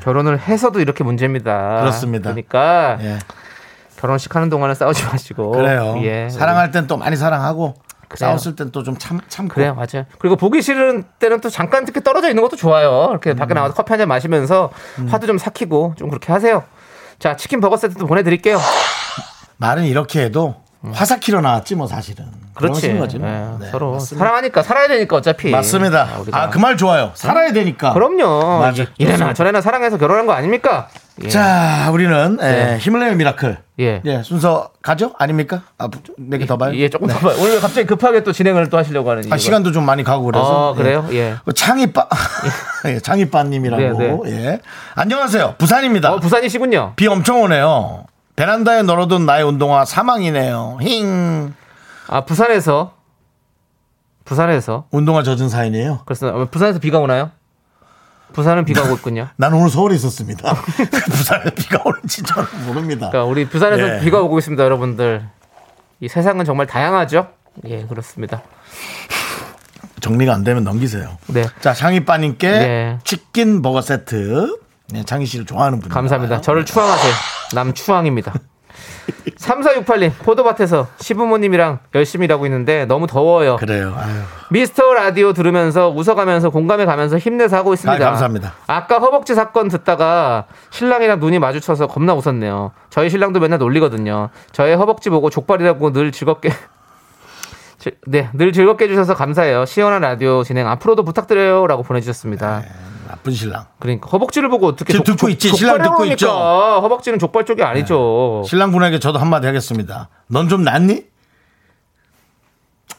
결혼을 해서도 이렇게 문제입니다. 네. 그렇습니다. 그러니까 예, 결혼식 하는 동안은 싸우지 마시고 그래요 예, 사랑할 땐 또 많이 사랑하고 그래요. 싸웠을 땐 또 좀 참 참고 그래요, 맞아요. 그리고 보기 싫은 때는 또 잠깐 이렇게 떨어져 있는 것도 좋아요. 이렇게 음. 밖에 나가서 커피 한 잔 마시면서 화도 좀 삭히고 좀 그렇게 하세요. 자, 치킨 버거 세트도 보내드릴게요. 말은 이렇게 해도 화사키로 나왔지 뭐 사실은 그렇지. 그러신 거지 뭐. 예, 네, 서로 맞습니다. 사랑하니까 살아야 되니까 어차피. 맞습니다. 아 그 말 좋아요. 살아야 되니까. 럼요 맞아. 이래나 저래나 사랑해서 결혼한 거 아닙니까? 예. 자 우리는 에, 힘을 내요 미라클. 네. 예. 예 순서 가죠? 아닙니까? 아몇개더 봐요. 예, 조금 네. 더 봐요. 오늘 왜 갑자기 급하게 또 진행을 또 하시려고 하는 이유가- 아, 시간도 좀 많이 가고 그래서. 어, 그래요? 예. 창이빠 예, 창이빠님이라고. 네, 예. 안녕하세요. 부산입니다. 어, 부산이시군요. 비 엄청 오네요. 베란다에 널어둔 나의 운동화 사망이네요. 힝. 아, 부산에서 부산에서 운동화 젖은 사연이에요. 그래서 어, 부산에서 비가 오나요? 부산은 비가 오고 있군요. 난 오늘 서울에 있었습니다. 부산에 비가 오는지 저는 모릅니다. 그러니까 우리 부산에서 예. 비가 오고 있습니다, 여러분들. 이 세상은 정말 다양하죠? 예, 그렇습니다. 정리가 안 되면 넘기세요. 네. 자, 장희빠님께 네. 치킨 버거 세트. 네, 장희 씨를 좋아하는 분. 감사합니다. 저를 추앙하세요. 남추앙입니다. 3468님, 포도밭에서 시부모님이랑 열심히 일하고 있는데 너무 더워요. 그래요. 아유. 미스터 라디오 들으면서 웃어가면서 공감해 가면서 힘내서 하고 있습니다. 아, 감사합니다. 아까 허벅지 사건 듣다가 신랑이랑 눈이 마주쳐서 겁나 웃었네요. 저희 신랑도 맨날 놀리거든요. 저의 허벅지 보고 족발이라고 늘 즐겁게 즐- 네, 늘 즐겁게 해주셔서 감사해요. 시원한 라디오 진행 앞으로도 부탁드려요라고 보내주셨습니다. 나쁜 신랑. 그러니까 허벅지를 보고 어떻게 네. 지금 듣고 있지? 신랑 듣고 족발이라고 있죠? 네. 그러니까 허벅지는 족발 쪽이 아니죠. 신랑분에게 저도 한마디 하겠습니다. 넌 좀 낫니?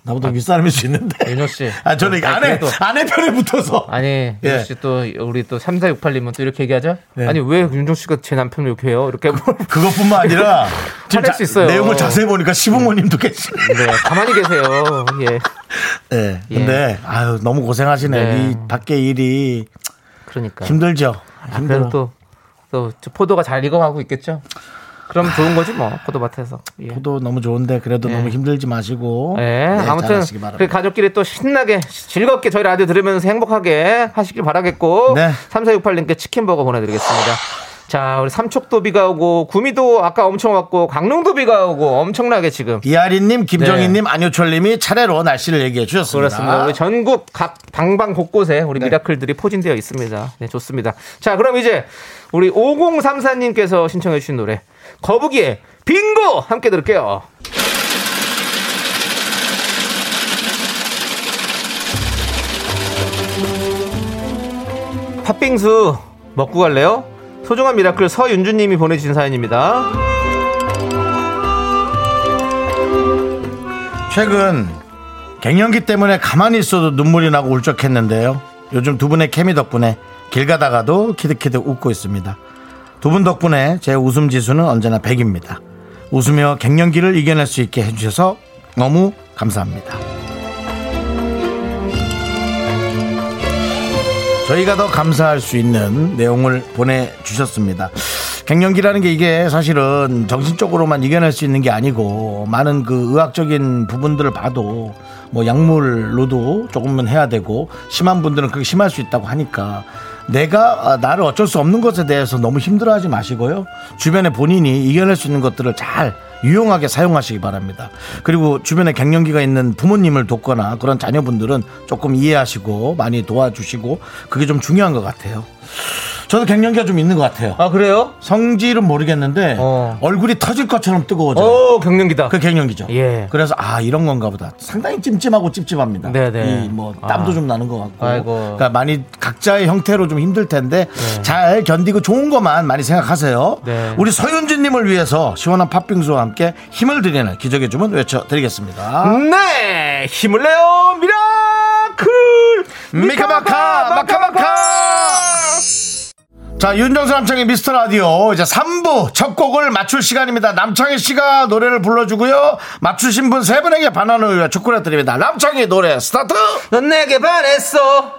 나보다 윗사람일 수 있는데. 윤호 씨. 아, 저는 이게 아. 네. 아니, 아내, 그래도- 아내 편에 붙어서. 아니, 예. 역시 또 우리 또 3468님은 또 이렇게 얘기하죠? 네. 아니, 왜 윤종 씨가 제 남편을 욕해요? 이렇게 뭐, 물어보는데 그것뿐만 아니라. 화낼 수 있어요. 네. 내용을 자세히 보니까 시부모님도 계시네. 가만히 계세요. 예. 네. 예. 근데, 아유, 너무 고생하시네. 네. 이 밖에 일이 그러니까. 힘들죠. 그래도 힘들어. 또 또저 포도가 잘 익어가고 있겠죠. 그럼 좋은 거지 뭐 포도밭에서. 예. 포도 너무 좋은데 그래도 너무 힘들지 마시고. 네. 예, 네, 아무튼 잘하시기 바랍니다. 그 가족끼리 또 신나게 즐겁게 저희 라디오 들으면서 행복하게 하시길 바라겠고 네. 3468님께 치킨버거 보내드리겠습니다 자 우리 삼척도 비가 오고 구미도 아까 엄청 왔고 강릉도 비가 오고 엄청나게 지금 이하리님, 김정희님, 안효철님이 차례로 날씨를 얘기해 주셨습니다. 네. 그렇습니다. 네. 우리 전국 각 방방 곳곳에 우리 미라클들이 포진되어 있습니다. 네, 좋습니다. 자, 그럼 이제 우리 5034님께서 신청해 주신 노래 거북이의 빙고 함께 들을게요. 팥빙수 먹고 갈래요? 소중한 미라클 서윤주님이 보내주신 사연입니다. 최근 갱년기 때문에 가만히 있어도 눈물이 나고 울적했는데요. 요즘 두 분의 케미 덕분에 길 가다가도 키득키득 웃고 있습니다. 두 분 덕분에 제 웃음 지수는 언제나 100입니다. 웃으며 갱년기를 이겨낼 수 있게 해주셔서 너무 감사합니다. 저희가 더 감사할 수 있는 내용을 보내주셨습니다. 갱년기라는 게 이게 사실은 정신적으로만 이겨낼 수 있는 게 아니고 많은 그 의학적인 부분들을 봐도 뭐 약물로도 조금은 해야 되고 심한 분들은 그게 심할 수 있다고 하니까 내가 아, 나를 어쩔 수 없는 것에 대해서 너무 힘들어하지 마시고요. 주변에 본인이 이겨낼 수 있는 것들을 잘 유용하게 사용하시기 바랍니다. 그리고 주변에 갱년기가 있는 부모님을 돕거나 그런 자녀분들은 조금 이해하시고 많이 도와주시고 그게 좀 중요한 것 같아요. 저도 갱년기가 좀 있는 것 같아요. 아, 그래요? 성질은 모르겠는데 어. 얼굴이 터질 것처럼 뜨거워져요. 오, 경련기다. 그 갱년기죠. 그러니까. 예. 그래서 아 이런 건가 보다. 상당히 찜찜하고 찝찝합니다. 네네. 이 뭐 땀도 아. 좀 나는 것 같고. 아이고. 그러니까 많이 각자의 형태로 좀 힘들 텐데 잘 견디고 좋은 것만 많이 생각하세요. 네. 우리 서윤진님을 위해서 시원한 팥빙수와 함께 힘을 드리는 기적의 주문 외쳐드리겠습니다. 네 힘을 내요 미라클 미카마카 마카마카. 자 윤정수 남창의 미스터 라디오 이제 3부 첫 곡을 맞출 시간입니다. 남창희 씨가 노래를 불러주고요. 맞추신 분 세 분에게 바나나 우유와 초콜릿 드립니다. 남창희 노래 스타트. 넌 내게 반했어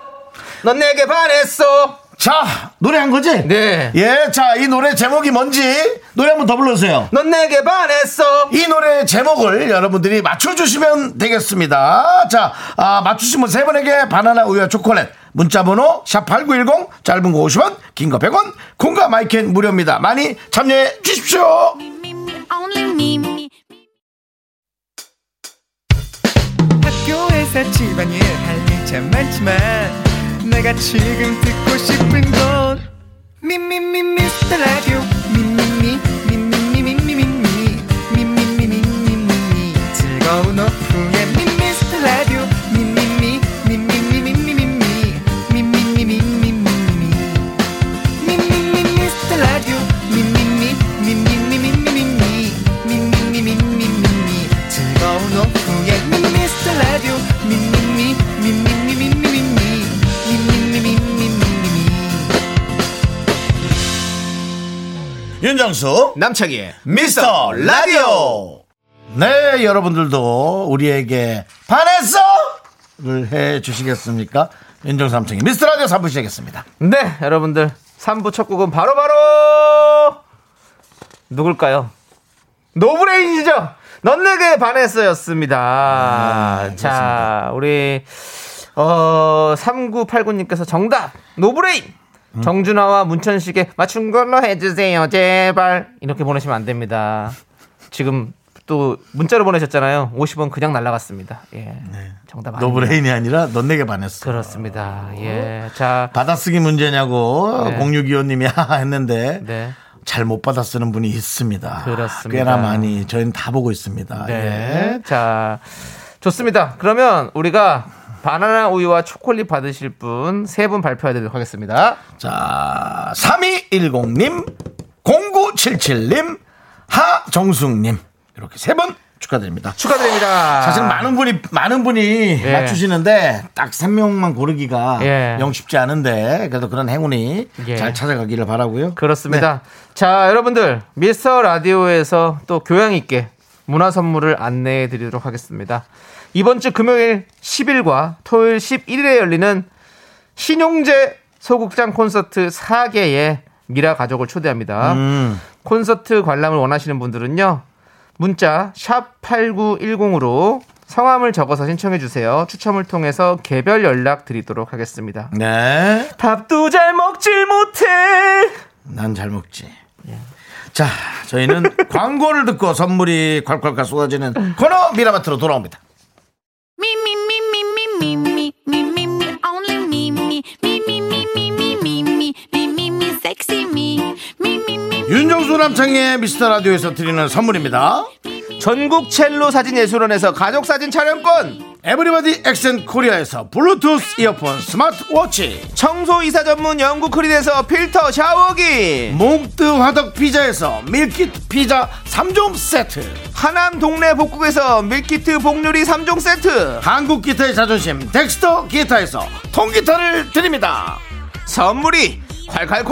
넌 내게 반했어 자 노래 한 거지? 네. 예, 자 이 노래 제목이 뭔지 노래 한 번 더 불러주세요. 넌 내게 반했어 이 노래 제목을 여러분들이 맞춰주시면 되겠습니다. 자, 아, 맞추신 분 세 분에게 바나나 우유와 초콜릿. 문자번호 샵8910 짧은 거 50원 긴 거 100원 공과 마이켄 무료입니다 많이 참여해 주십시오 학교에서 집안일 할 일 참 많지만 내가 지금 듣고 싶은 건 미미미 미스터 라디오 미미미 미미미 미미미 미미미 미미미 즐거운 오후에 미스터 라디오 미미미 미미미 미미미 미미미 미미미 윤정수 남창희 미스터 라디오 네 여러분들도 우리에게 반했어 를 해주시겠습니까 윤정수 삼촌이 미스터 라디오 3부 시작했습니다 네 여러분들 3부 첫 곡은 바로바로 누굴까요 노브레인이죠 넌 내게 반했어 아, 였습니다 네, 자 우리 어 3989님께서 정답 노브레인 음. 정준하와 문천식의 맞춘 걸로 해주세요 제발 이렇게 보내시면 안 됩니다 지금 또 문자로 보내셨잖아요 50원 그냥 날라갔습니다 예 정답 아닙니다. 네. 노브레인이 어? 아니라 넌 내게 반했어 그렇습니다 예자 받아쓰기 문제냐고 네. 0625님이 하하 했는데 네. 잘 못 받아쓰는 분이 있습니다. 그렇습니다. 꽤나 많이 저희는 다 보고 있습니다. 네. 예. 자, 좋습니다. 그러면 우리가 바나나 우유와 초콜릿 받으실 분 세 분 발표해드리도록 하겠습니다. 자 3210님 0977님 하정숙님 이렇게 세 분 축하드립니다. 축하드립니다. 사실 많은 분이 많은 분이 예. 맞추시는데 딱 세 명만 고르기가 예. 영 쉽지 않은데 그래도 그런 행운이 예. 잘 찾아가기를 바라고요. 그렇습니다. 자, 여러분들 미스터 라디오에서 또 교양 있게 문화 선물을 안내해 드리도록 하겠습니다. 이번 주 금요일 10일과 토요일 11일에 열리는 신용재 소극장 콘서트 4개에 미라 가족을 초대합니다. 콘서트 관람을 원하시는 분들은요. 문자 샵 8910으로 성함을 적어서 신청해 주세요. 추첨을 통해서 개별 연락 드리도록 하겠습니다. 네. 밥도 잘 먹질 못해. 난 잘 먹지. 자, 저희는 광고를 듣고 선물이 콸콸콸 쏟아지는 코너 미라마트로 돌아옵니다. Me, me, me, me, me, me, me, me, me, me, only me, me, me, me, me, me, me, me, me, me, me, me, sexy me, me, me, me, 윤정수 남창의 미스터 라디오에서 드리는 선물입니다. 전국 첼로 사진 예술원에서 가족 사진 촬영권. 에브리바디 엑센 코리아에서 블루투스 이어폰 스마트워치 청소 이사 전문 영국 크린에서 필터 샤워기. 몽드 화덕 피자에서 밀키트 피자 3종 세트 하남 동네 복국에서 밀키트 복요리 3종 세트. 한국 기타의 자존심 덱스터 기타에서 통기타를 드립니다 선물이 콸콸콸!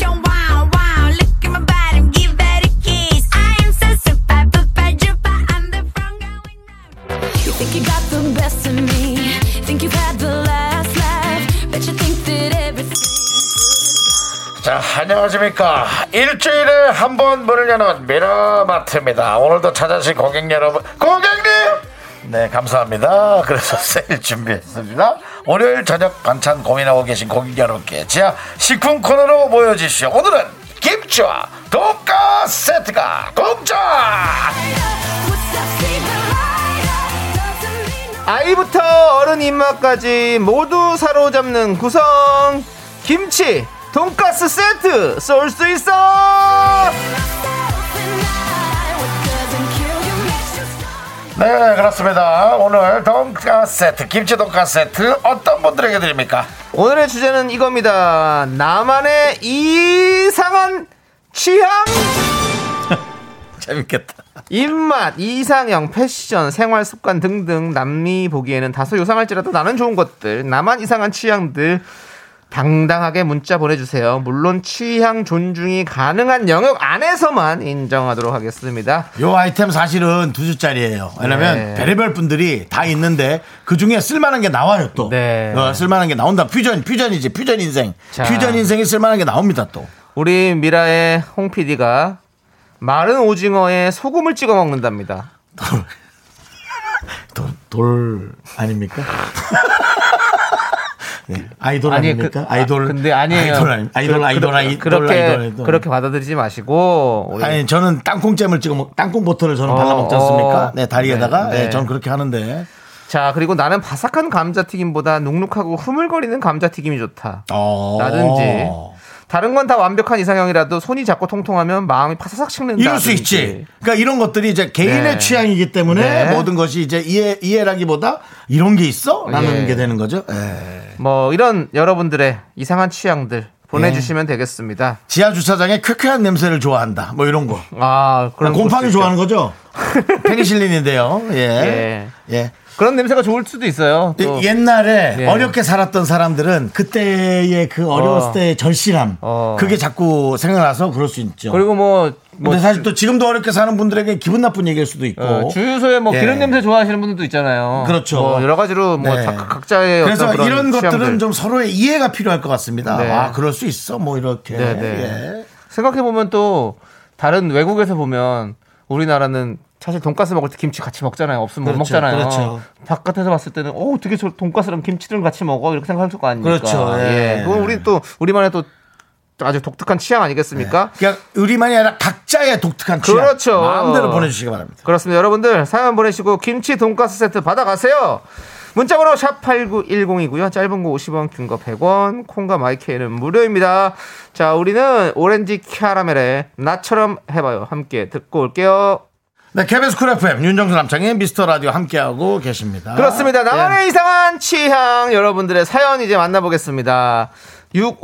don't wow, wow, look at my bottom, give that a kiss. I am so super, super, duper, I'm the front going out. You think you got the best of me, think you've had the last laugh, bet you think that everything. 자 안녕하십니까 일주일에 한 번 문을 여는 미라마트입니다 오늘도 찾아주신 고객 여러분 고객님 네 감사합니다 그래서 세일 준비했습니다 월요일 저녁 반찬 고민하고 계신 고객 여러분께 지하 식품 코너로 모여주시오 오늘은 김치와 돈가 세트가 공짜 What's up, see the light up, doesn't mean no- 아이부터 어른 입맛까지 모두 사로잡는 구성 김치 돈가스 세트 쏠 수 있어 tonight, what doesn't kill you makes you strong. 네 그렇습니다 오늘 돈가 세트 김치 돈가 세트 어떤 분들에게 드립니까 오늘의 주제는 이겁니다 나만의 이상한 취향 재밌겠다 입맛 이상형 패션 생활 습관 등등 남이 보기에는 다소 요상할지라도 나는 좋은 것들 나만 이상한 취향들 당당하게 문자 보내주세요 물론 취향 존중이 가능한 영역 안에서만 인정하도록 하겠습니다 요 아이템 사실은 두 주짜리예요. 왜냐면 네. 별의별 분들이 다 있는데 그 중에 쓸만한 게 나와요 또. 네. 어, 쓸만한 게 나온다. 퓨전 퓨전이지 퓨전 인생. 자. 퓨전 인생이 쓸만한 게 나옵니다 또. 우리 미라의 홍 PD가 마른 오징어에 소금을 찍어 먹는답니다. 돌, 돌 아닙니까? 네. 아이돌 아니, 아니, 닙니까 그- 아, 아이돌. 근데 아니에요. 아이돌 아니- 아이돌 그- 아이돌 그- 아이돌 그렇게 아이돌, 아이돌. 그렇게 받아들이지 마시고 우리 아니 저는 땅콩잼을 찍어 먹 땅콩 버터를 저는 어, 발라 먹지 않습니까? 어. 네 다리에다가 네, 네, 네. 저는 그렇게 하는데 자 그리고 나는 바삭한 감자튀김보다 눅눅하고 흐물거리는 감자튀김이 좋다. 어. 라든지. 다른 건 다 완벽한 이상형이라도 손이 작고 통통하면 마음이 파사삭 식는다. 이럴 수 있지. 그러니까 이런 것들이 이제 개인의 네. 취향이기 때문에 네. 모든 것이 이제 이해, 이해라기보다 이런 게 있어? 라는 예. 게 되는 거죠. 예. 뭐 이런 여러분들의 이상한 취향들 예. 보내주시면 되겠습니다. 지하 주차장의 쾌쾌한 냄새를 좋아한다. 뭐 이런 거. 아 그런 것도 곰팡이 있죠. 좋아하는 거죠? 페니실린인데요. 예. 예. 그런 냄새가 좋을 수도 있어요. 또. 이- 옛날에 예. 어렵게 살았던 사람들은 그때의 그 어려웠을 어. 때의 절실함. 어. 그게 자꾸 생각나서 그럴 수 있죠. 그리고 뭐, 뭐 근데 사실 또 지금도 어렵게 사는 분들에게 기분 나쁜 얘기일 수도 있고. 어, 주유소에 뭐 예. 기름 냄새 좋아하시는 분들도 있잖아요. 그렇죠. 뭐 여러 가지로 뭐 네. 다 각- 각자의 그래서 어떤 그런 이런 것들은 취향들. 좀 서로의 이해가 필요할 것 같습니다. 네. 아, 그럴 수 있어. 뭐 이렇게. 네, 네. 예. 생각해 보면 또 다른 외국에서 보면 우리나라는 사실 돈가스 먹을 때 김치 같이 먹잖아요. 없으면 못 그렇죠, 먹잖아요. 그렇죠. 바깥에서 봤을 때는 어 어떻게 저 돈가스랑 김치랑 같이 먹어 이렇게 생각할 수가 아닙니까? 그렇죠, 예. 그건 우리 또 우리만의 또 아주 독특한 취향 아니겠습니까? 그러니까 우리만이 아니라 각자의 독특한 취향. 그렇죠. 마음대로 보내주시기 바랍니다. 그렇습니다. 여러분들 사연 보내시고 김치 돈가스 세트 받아가세요. 문자번호 샵 8910이고요. 짧은 거 50원, 긴 거 100원, 콩과 마이크는 무료입니다. 자, 우리는 오렌지 캐러멜의 나처럼 해봐요. 함께 듣고 올게요. 네, KBS 쿨 FM 윤정수 남창의 미스터 라디오 함께하고 계십니다. 그렇습니다. 나만의 이상한 취향 여러분들의 사연 이제 만나보겠습니다.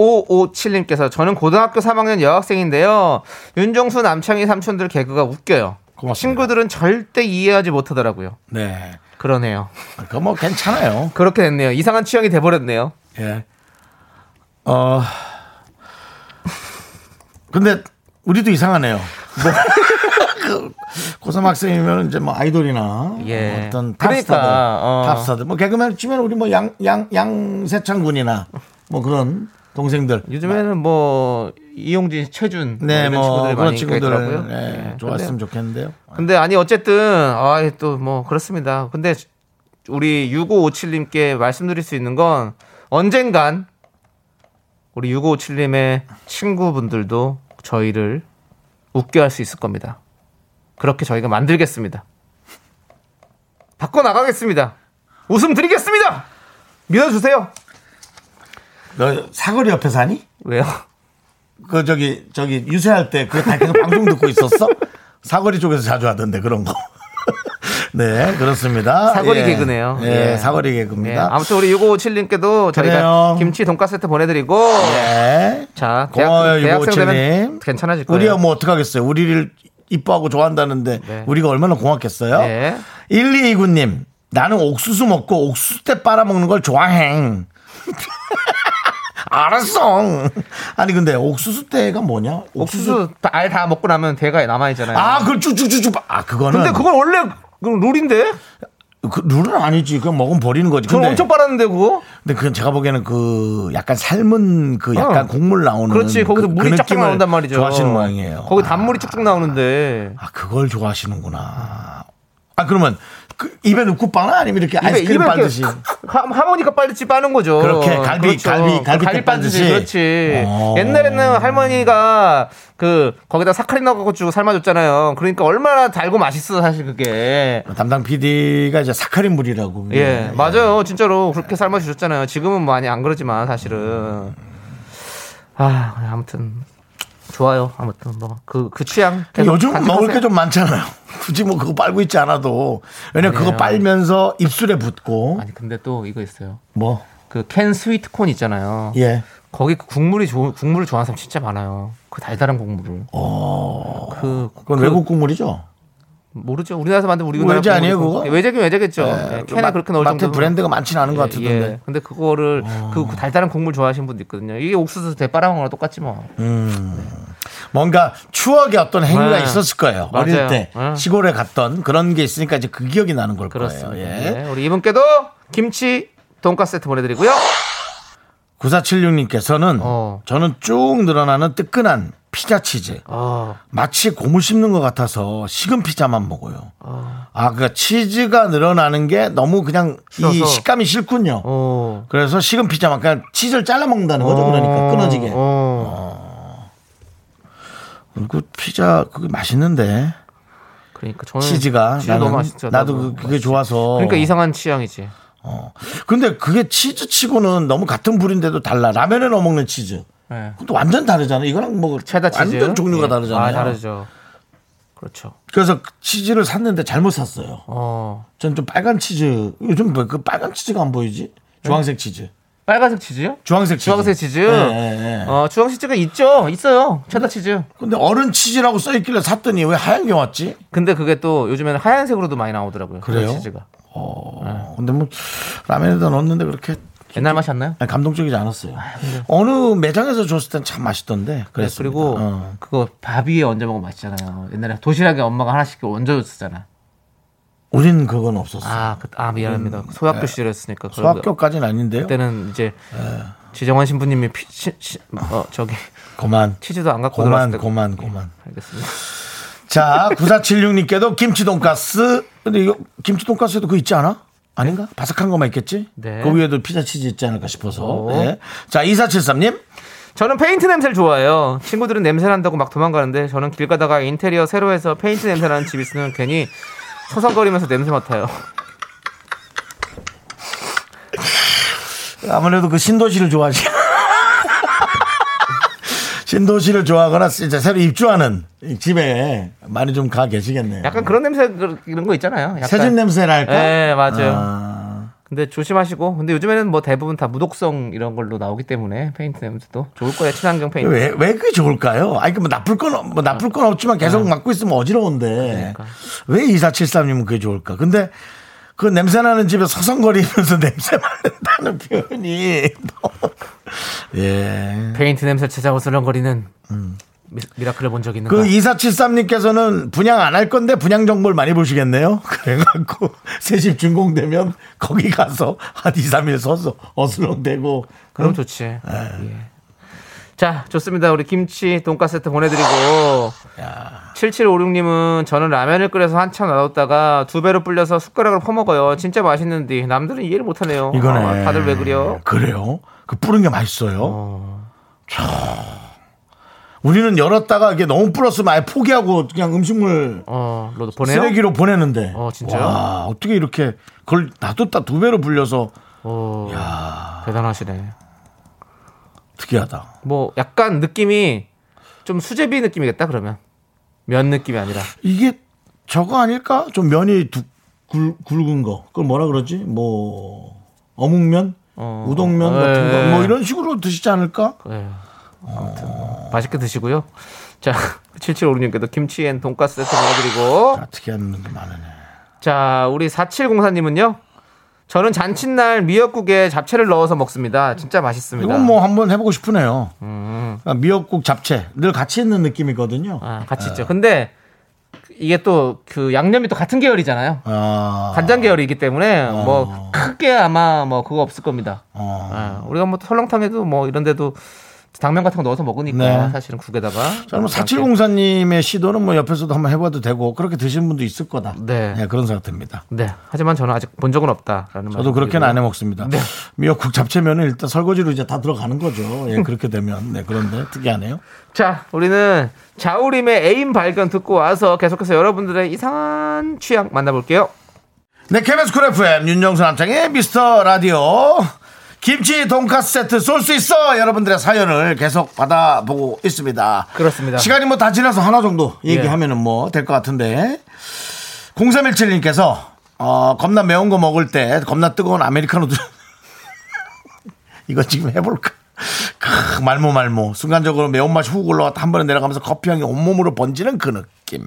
6557님께서 저는 고등학교 3학년 여학생인데요. 윤정수 남창희 삼촌들 개그가 웃겨요. 고맙습니다. 친구들은 절대 이해하지 못하더라고요. 네. 그러네요. 그거 뭐 괜찮아요. 그렇게 됐네요. 이상한 취향이 돼버렸네요. 예. 어. 근데 우리도 이상하네요. 뭐 고3 학생이면 이제 뭐 아이돌이나 예. 뭐 어떤 그러니까, 탑스타들, 어. 탑스타들, 뭐 개그맨 치면 우리 뭐 양 양 양세찬 군이나 뭐 그런 동생들. 요즘에는 뭐 이용진, 최준 뭐 네, 이런 뭐 친구들이 그런 많이 있더라고요. 예. 친구들은 네, 좋았으면 좋겠는데요. 근데 아니 어쨌든 아 또 뭐 그렇습니다. 근데 우리 6557님께 말씀드릴 수 있는 건 언젠간 우리 6557님의 친구분들도 저희를 웃게 할 수 있을 겁니다. 그렇게 저희가 만들겠습니다. 바꿔 나가겠습니다. 웃음 드리겠습니다. 믿어주세요. 너 사거리 옆에 사니? 왜요? 그 저기 저기 유세할 때 그거 다 계속 방송 듣고 있었어? 사거리 쪽에서 자주 하던데 그런 거. 네, 그렇습니다. 사거리 예. 개그네요. 예, 예. 사거리 예, 개그입니다. 아무튼 우리 6557님께도 저희가 그래요. 김치 돈가스 세트 보내드리고 예. 자 고마워요, 대학, 생 되면 유고칠님. 괜찮아질 거예요. 우리야 뭐 어떡하겠어요. 우리를 이뻐하고 좋아한다는데 네. 우리가 얼마나 고맙겠어요. 네. 1229님, 나는 옥수수 먹고 옥수수때 빨아먹는 걸 좋아해. 알았어. 아니 근데 옥수수때가 뭐냐? 옥수수 알 다 먹고 나면 대가 남아 있잖아요. 아, 그걸 쭉쭉쭉쭉. 빠- 아, 그거는. 근데 그건 원래 그 룰인데 그 룰은 아니지. 그건 먹으면 버리는 거지. 저는 근데, 엄청 빨았는데 그거. 근데 그건 제가 보기에는 그 약간 삶은 그 약간 어. 국물 나오는. 그렇지 거기서 그- 그 물이 쫙쫙 느낌을 나온단 말이죠. 좋아하시는 모양이에요. 거기 아. 단물이 쭉쭉 나오는데 아 그걸 좋아하시는구나. 아 그러면 그 입에 넣고 빠나 아니면 이렇게 입에 아이스크림 이렇게 빨듯이 하, 하모니카 빨듯이 빠는 거죠. 그렇게 갈비, 갈비, 갈비 때 빨듯이 빨듯이. 그렇지. 어. 옛날에는 할머니가 그 거기다 사카린 넣어가지고 주고 삶아줬잖아요. 그러니까 얼마나 달고 맛있어 사실 그게. 담당 PD가 이제 사카린 물이라고. 예, 맞아요. 진짜로 그렇게 삶아 주셨잖아요. 지금은 많이 안 그러지만 사실은 아 아무튼 좋아요. 아무튼 뭐 그 그 취향. 계속 예, 요즘 간직하세요. 먹을 게 좀 많잖아요. 굳이 뭐 그거 빨고 있지 않아도 왜냐 면 그거 아니에요. 예. 빨면서 입술에 붙고 아니 근데 또 이거 있어요. 뭐 그 캔 스위트콘 있잖아요. 예. 거기 그 국물이 좋은 국물을 좋아하는 사람 진짜 많아요. 그 달달한 국물을. 그 어. 그건 그- 외국 국물이죠. 모르죠. 우리나라에서 만든 우리 외제 아니에요, 국물이고. 그거? 예, 외제긴 외제겠죠. 예, 캔에 마- 그렇게 예, 넣을 마트 정도 브랜드가 많지는 않은 것 같던데. 어. 근데 그거를 그 달달한 국물 좋아하시는 분도 있거든요. 이게 옥수수 대 빨아먹는 거랑 똑같지 뭐. 뭔가 추억의 어떤 행위가 네. 있었을 거예요. 어릴 맞아요. 때 네. 시골에 갔던 그런 게 있으니까 이제 그 기억이 나는 걸 그렇습니다. 거예요. 예. 예. 우리 이분께도 김치 돈가스 세트 보내드리고요. 9476님께서는 어. 저는 쭉 늘어나는 뜨끈한 피자 치즈 아, 마치 고무 씹는 것 같아서 식은 피자만 먹어요. 아, 그러니까 치즈가 늘어나는 게 너무 그냥 이 싫어서. 식감이 싫군요. 어. 그래서 식은 피자만 그냥 치즈를 잘라 먹는다는 거죠. 그러니까 끊어지게. 어. 그 피자 그게 맛있는데 그러니까 저는 치즈가 치즈 나는 너무 맛있죠. 나도 너무 그- 그게 맛있지. 좋아서 그러니까 이상한 취향이지. 근데 그게 치즈치고는 너무 같은 불인데도 달라. 라면에 넣어 먹는 치즈. 예. 그것도 완전 다르잖아. 이거랑 뭐 체다 치즈 완전 종류가 예. 다르잖아요. 아, 다르죠. 그렇죠. 그래서 그 치즈를 샀는데 잘못 샀어요. 어. 전 좀 빨간 치즈. 요즘 뭐 그 빨간 치즈가 안 보이지? 주황색 치즈. 빨간색 치즈요? 주황색 치즈. 주황색 치즈. 예, 예, 예. 어, 주황 치즈가 있죠. 있어요. 체다 치즈. 근데 어른 치즈라고 써 있길래 샀더니 왜 하얀 게 왔지? 근데 그게 또 요즘에는 하얀색으로도 많이 나오더라고요. 그래요? 그 치즈가. 예. 어, 근데 뭐 라면에다 넣었는데 그렇게 옛날 맛이 안 나요? 감동적이지 않았어요. 어느 매장에서 줬을 땐 참 맛있던데. 아, 네, 그랬습니다. 그리고 어. 그거 밥 위에 얹어 먹으면 맛있잖아요. 옛날에 도시락에 엄마가 하나씩 얹어줬었잖아. 우린 그건 없었어. 요 아, 그, 아 미안합니다. 소학교 네. 시절이었으니까. 그런 거. 소학교까지는 아닌데요. 그때는 이제 지정환 신부님이 피, 시, 시, 어, 저기 그만. 치즈도 예. 안 갖고 고만 들어왔을 때. 고만 고만. 알겠습니다. 자, 9476님께도 김치 돈가스. 근데 이거 김치 돈가스에도 그거 있지 않아? 아닌가? 바삭한 것만 있겠지? 네. 그 위에도 피자 치즈 있지 않을까 싶어서. 오. 네. 자, 2473님. 저는 페인트 냄새를 좋아해요. 친구들은 냄새 난다고 막 도망가는데 저는 길 가다가 인테리어 새로 해서 페인트 냄새 나는 집 있으면 괜히 서성거리면서 냄새 맡아요. 아무래도 그 신도시를 좋아하시. 신도시를 좋아하거나 이제 새로 입주하는 이 집에 많이 좀 가 계시겠네요. 약간 그런 냄새 그- 이런 거 있잖아요. 약간. 새집 냄새랄까? 예, 맞아요. 아, 근데 조심하시고. 근데 요즘에는 뭐 대부분 다 무독성 이런 걸로 나오기 때문에 페인트 냄새도 좋을 거예요. 친환경 페인트. 왜, 왜 그게 좋을까요? 아니, 그뭐 나쁠 건, 없- 뭐 나쁠 건 없지만 계속 맡고 있으면 어지러운데. 왜 2473님은 그게 좋을까? 근데 그 냄새 나는 집에 서성거리면서 냄새 맡는다는 표현이 너무. 예. 페인트 냄새 찾아 어슬렁거리는 미, 미라클을 본 적 있는가? 음. 그 2473님께서는 분양 안 할 건데 분양 정보를 많이 보시겠네요. 그래갖고 새집 준공되면 거기 가서 한 2, 3일 서서 어슬렁대고 네. 그럼 좋지. 예. 자, 좋습니다. 우리 김치 돈가스 세트 보내드리고. 7756님은 저는 라면을 끓여서 한참 놔뒀다가 두 배로 불려서 숟가락으로 퍼먹어요. 진짜 맛있는데 남들은 이해를 못하네요. 이거네. 아, 다들 왜 그래요? 그래요? 그 뿌른 게 맛있어요. 참. 우리는 열었다가 이게 너무 불었으면 아예 포기하고 그냥 음식물 어, 로드 보내요? 쓰레기로 보내는데. 어, 진짜요? 와, 어떻게 이렇게 그걸 놔뒀다 두 배로 불려서 어, 대단하시네. 특이하다. 뭐 약간 느낌이 좀 수제비 느낌이겠다 그러면 면 느낌이 아니라 이게 저거 아닐까? 좀 면이 두, 굵, 굵은 거. 그걸 뭐라 그러지? 뭐, 어묵면? 어, 우동면 어, 같은 예, 거. 뭐 예. 이런 식으로 드시지 않을까? 예. 아무튼 뭐. 맛있게 드시고요. 자 7756님께도 김치엔 돈가스 세트 보내드리고 아, 특이한 게 많으네. 자 우리 4704님은요. 저는 잔칫날 미역국에 잡채를 넣어서 먹습니다. 진짜 맛있습니다. 음. 이건 뭐 한번 해보고 싶으네요. 그러니까 미역국 잡채. 늘 같이 있는 느낌이거든요. 아, 같이 있죠. 근데 이게 또 그 양념이 또 같은 계열이잖아요. 아, 간장 계열이기 때문에 뭐 크게 아마 뭐 그거 없을 겁니다. 어. 아, 우리가 뭐 설렁탕에도 뭐 이런데도 당면 같은 거 넣어서 먹으니까 네. 사실은 국에다가 저는 뭐 4704님의 시도는 뭐 옆에서도 한번 해봐도 되고 그렇게 드시는 분도 있을 거다. 네. 네, 그런 생각 듭니다. 네 하지만 저는 아직 본 적은 없다라는 저도 말씀드리고요. 네. 그렇게는 안 해 먹습니다. 미역국 잡채면은 일단 설거지로 이제 다 들어가는 거죠. 예, 그렇게 되면. 네, 그런데 특이하네요. 자 우리는 자우림의 애인 발견 듣고 와서 계속해서 여러분들의 이상한 취향 만나볼게요 네, KBS 쿨 FM 윤정수 남창의 미스터 라디오 김치 돈카스 세트 쏠 수 있어 여러분들의 사연을 계속 받아보고 있습니다. 그렇습니다. 예. 시간이 뭐 다 지나서 하나 정도 얘기하면은 뭐 될 것 같은데 0317님께서 어, 겁나 매운 거 먹을 때 겁나 뜨거운 아메리카노 들 이거 지금 해볼까? 크, 말모 말모 순간적으로 매운맛이 훅 올라왔다 한 번에 내려가면서 커피향이 온몸으로 번지는 그 느낌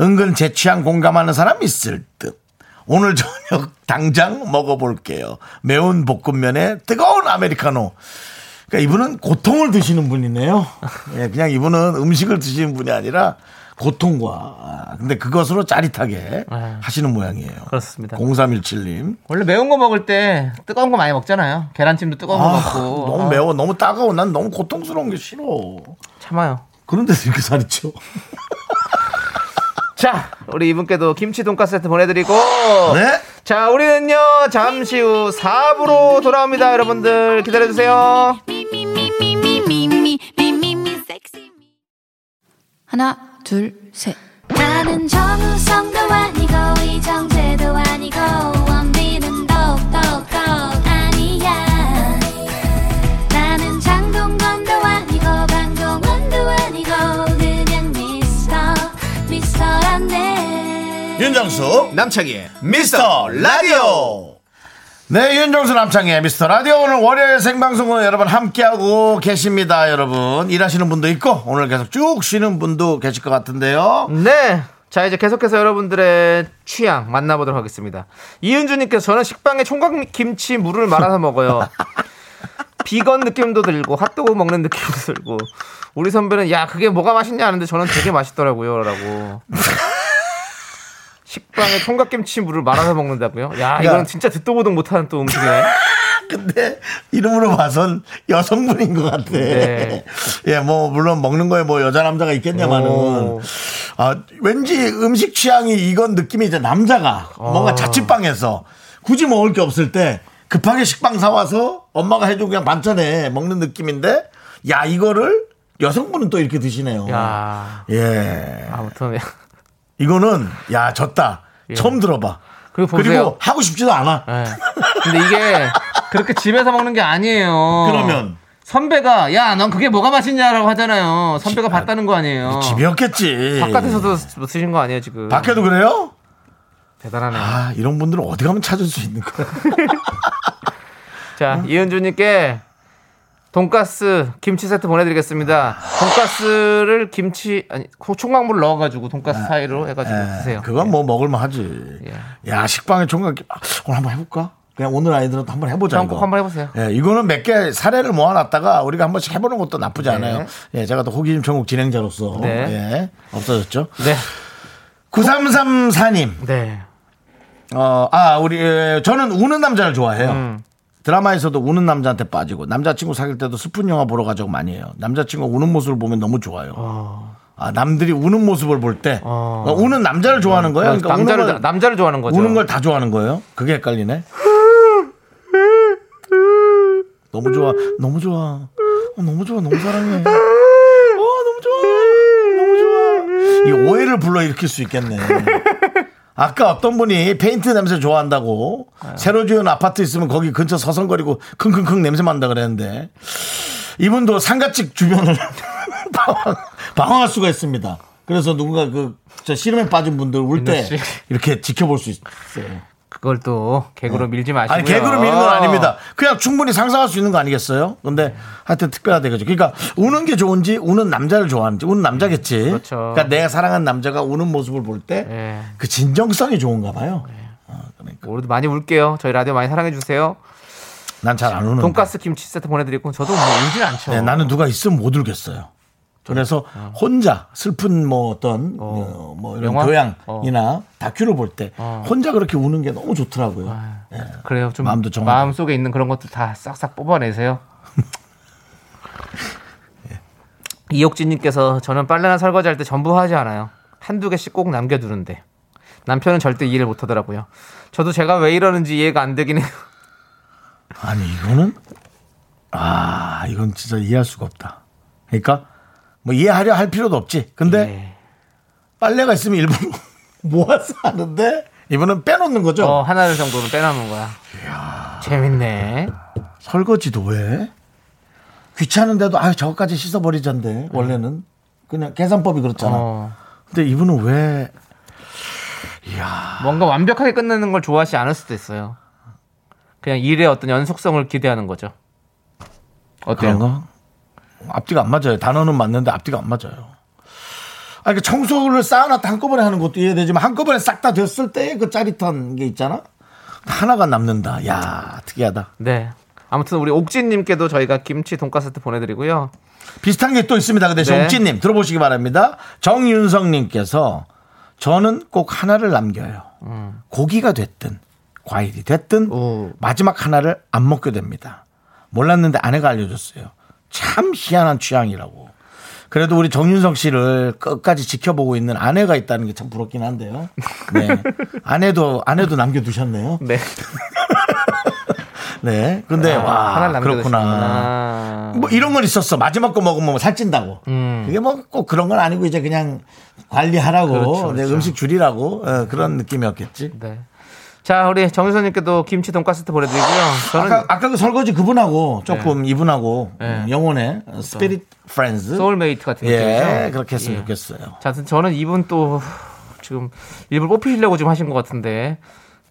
은근 제 취향 공감하는 사람 있을 듯 오늘 저녁 당장 먹어볼게요 매운 볶음면에 뜨거운 아메리카노 그러니까 이분은 고통을 드시는 분이네요 예, 그냥 이분은 음식을 드시는 분이 아니라 고통과 아, 근데 그것으로 짜릿하게 하시는 모양이에요 네. 그렇습니다. 0317님 원래 매운 거 먹을 때 뜨거운 거 많이 먹잖아요 계란찜도 뜨거운 거 아, 먹고 너무 아, 매워, 너무 따가워, 난 너무 고통스러운 게 싫어. 참아요 그런데도 이렇게 살이 쪄. 자 우리 이분께도 김치 돈가스 세트 보내드리고 네. 자 우리는요 잠시 후 4부로 돌아옵니다 여러분들 기다려주세요 Me, me, me, me, me, me, me, me, me, me, sexy me. 하나, 둘, 셋. 나는 정우성도 아니고 이정재도 아니고 원빈은 더욱더 아니야 나는 장동건도 아니고 방종원도 아니고 그냥 미스터 미스터란데 윤정수 남창희의 미스터 라디오 네 윤정수 남창희의 미스터 라디오 오늘 월요일 생방송으로 여러분 함께하고 계십니다 여러분 일하시는 분도 있고 오늘 계속 쭉 쉬는 분도 계실 것 같은데요 네. 자, 이제 계속해서 여러분들의 취향 만나보도록 하겠습니다. 이은주님께서 저는 식빵에 총각김치 물을 말아서 먹어요. 비건 느낌도 들고 핫도그 먹는 느낌도 들고 우리 선배는 야 그게 뭐가 맛있냐 하는데 저는 되게 맛있더라고요라고 식빵에 총각김치 물을 말아서 먹는다고요? 야 이건 진짜 듣도 보도 못하는 또 음식이네. 근데 이름으로 봐선 여성분인 것 같아 네. 예 뭐 물론 먹는 거에 뭐 여자 남자가 있겠냐마는 오. 아, 왠지 음식 취향이 이건 느낌이 이제 남자가 아. 뭔가 자취방에서 굳이 먹을 게 없을 때 급하게 식빵 사와서 엄마가 해준 그냥 반찬에 먹는 느낌인데 야 이거를 여성분은 또 이렇게 드시네요. 야 예, 아무튼 이거는 야 졌다. 처음 들어봐. 그리고 그리고 예. 보세요. 하고 싶지도 않아. 예. 근데 이게 그렇게 집에서 먹는 게 아니에요. 그러면? 선배가 야 넌 그게 뭐가 맛있냐라고 하잖아요. 선배가 봤다는 거 아니에요. 집이었겠지. 어. 바깥에서도 쓰- 쓰신 거 아니에요 지금? 밖에도 그래요? 음. 대단하네. 요 아 이런 분들은 어디 가면 찾을 수 있는 거야. 자 이은주님께 돈가스 김치 세트 보내드리겠습니다. 돈가스를 김치 아니 고- 총각물 넣어가지고 돈가스 사이로 해가지고 네, 드세요. 아, 예. 그건 뭐 먹을만 하지. 야, 식빵에 종각 아, 오늘 한번 해볼까? 그냥 오늘 아이들한테 한번 해보자. 다음 이거. 곡 한번 해보세요. 예, 이거는 몇 개 사례를 모아놨다가 우리가 한 번씩 해보는 것도 나쁘지 않아요. 예, 제가 또 호기심 천국 진행자로서 네. 예, 없어졌죠. 네, 9334님, 네. 음. 어, 아 우리 예, 저는 우는 남자를 좋아해요. 드라마에서도 우는 남자한테 빠지고 남자친구 사귈 때도 슬픈 영화 보러 가자고 많이 해요. 남자친구가 우는 모습을 보면 너무 좋아요. 아 남들이 우는 모습을 볼 때 어. 그러니까 우는 남자를 좋아하는 거예요. 그러니까 남자를 우는 걸, 남자를 좋아하는 거죠. 우는 걸 다 좋아하는 거예요. 그게 헷갈리네. 너무 좋아, 너무 좋아, 어, 너무 좋아, 너무 사랑해. 어, 너무 좋아, 너무 좋아. 이 오해를 불러 일으킬 수 있겠네. 아까 어떤 분이 페인트 냄새 좋아한다고 새로 지은 아파트 있으면 거기 근처 서성거리고 킁킁킁 냄새 만다 그랬는데 이분도 상가집 주변을 방황, 방황할 수가 있습니다. 그래서 누군가 그저 씨름에 빠진 분들 울 때 민호 씨. 이렇게 지켜볼 수 있어요. 그걸 또 개그로 밀지 마시고요. 네. 아니 개그로 미는 건 아닙니다. 그냥 충분히 상상할 수 있는 거 아니겠어요? 네. 근데 하여튼 특별하다 그죠. 그러니까 우는 게 좋은지 우는 남자를 좋아하는지 우는 남자겠지. 그렇죠. 러니까 내가 사랑한 남자가 우는 모습을 볼 때 그 예. 진정성이 좋은가 봐요. 네. 오늘도 많이 울게요. 저희 라디오 많이 사랑해 주세요. 난 잘 안 우는. 돈가스 김치 세트 보내드리고 저도 뭐 울진 않죠. 네, 나는 누가 있으면 못 울겠어요. 그래서 혼자 슬픈 뭐 어떤 어, 뭐 이런 어. 영화? 어. 교양이나 다큐를 볼 때 혼자 그렇게 우는 게 너무 좋더라고요. 네. 그래요. 좀 마음도 정하고. 마음 속에 있는 그런 것들 다 싹싹 뽑아내세요. 예. 이옥진님께서 저는 빨래나 설거지할 때 전부 하지 않아요. 한두 개씩 꼭 남겨두는데 남편은 절대 이해를 못하더라고요. 저도 제가 왜 이러는지 이해가 안 되긴 해요. 아니 이거는 아 이건 진짜 이해할 수가 없다. 그러니까 뭐 이해하려 할 필요도 없지. 근데 네. 빨래가 있으면 일부러 모아서 하는데 이분은 빼놓는 거죠. 어 하나를 정도는 빼놓는 거야. 재밌네. 설거지도 왜 귀찮은데도 아 저거까지 씻어버리잔데 원래는 그냥 계산법이 그렇잖아. 어, 근데 이분은 왜 뭔가 완벽하게 끝내는 걸 좋아하지 않을 수도 있어요. 그냥 일의 어떤 연속성을 기대하는 거죠. 어때요? 그런가? 앞뒤가 안 맞아요. 단어는 맞는데 앞뒤가 안 맞아요. 아, 그 청소를 쌓아놨다 한꺼번에 하는 것도 이해되지만 한꺼번에 싹 다 됐을 때 그 짜릿한 게 있잖아. 하나가 남는다. 야 특이하다. 네. 아무튼 우리 옥진님께도 저희가 김치 돈가스 세트 보내드리고요. 비슷한 게 또 있습니다. 그 대신 네. 옥진님 들어보시기 바랍니다. 정윤성님께서 저는 꼭 하나를 남겨요. 고기가 됐든 과일이 됐든 오. 마지막 하나를 안 먹게 됩니다. 몰랐는데 아내가 알려줬어요. 참 희한한 취향이라고. 그래도 우리 정윤성 씨를 끝까지 지켜보고 있는 아내가 있다는 게 참 부럽긴 한데요. 네. 아내도 아내도 남겨두셨네요. 네. 네. 근데 와 그렇구나. 뭐 이런 건 있었어. 마지막 거 먹으면 뭐 살찐다고. 그게 뭐 꼭 그런 건 아니고 이제 그냥 관리하라고 음. 그렇죠, 내 그렇죠. 음식 줄이라고 어, 그런 느낌이었겠지. 네. 자, 우리 정유선님께도 김치 돈가스 세트 보내드리고요. 저는 예. 아까 아까 그 설거지 그분하고 조금 이분하고 음, 영혼의 스피릿 프렌즈 소울메이트 같은 예 느낌이죠. 그렇게 했으면 예. 좋겠어요. 자, 아무튼 저는 이분 또 지금 일부러 뽑히시려고 지금 하신 것 같은데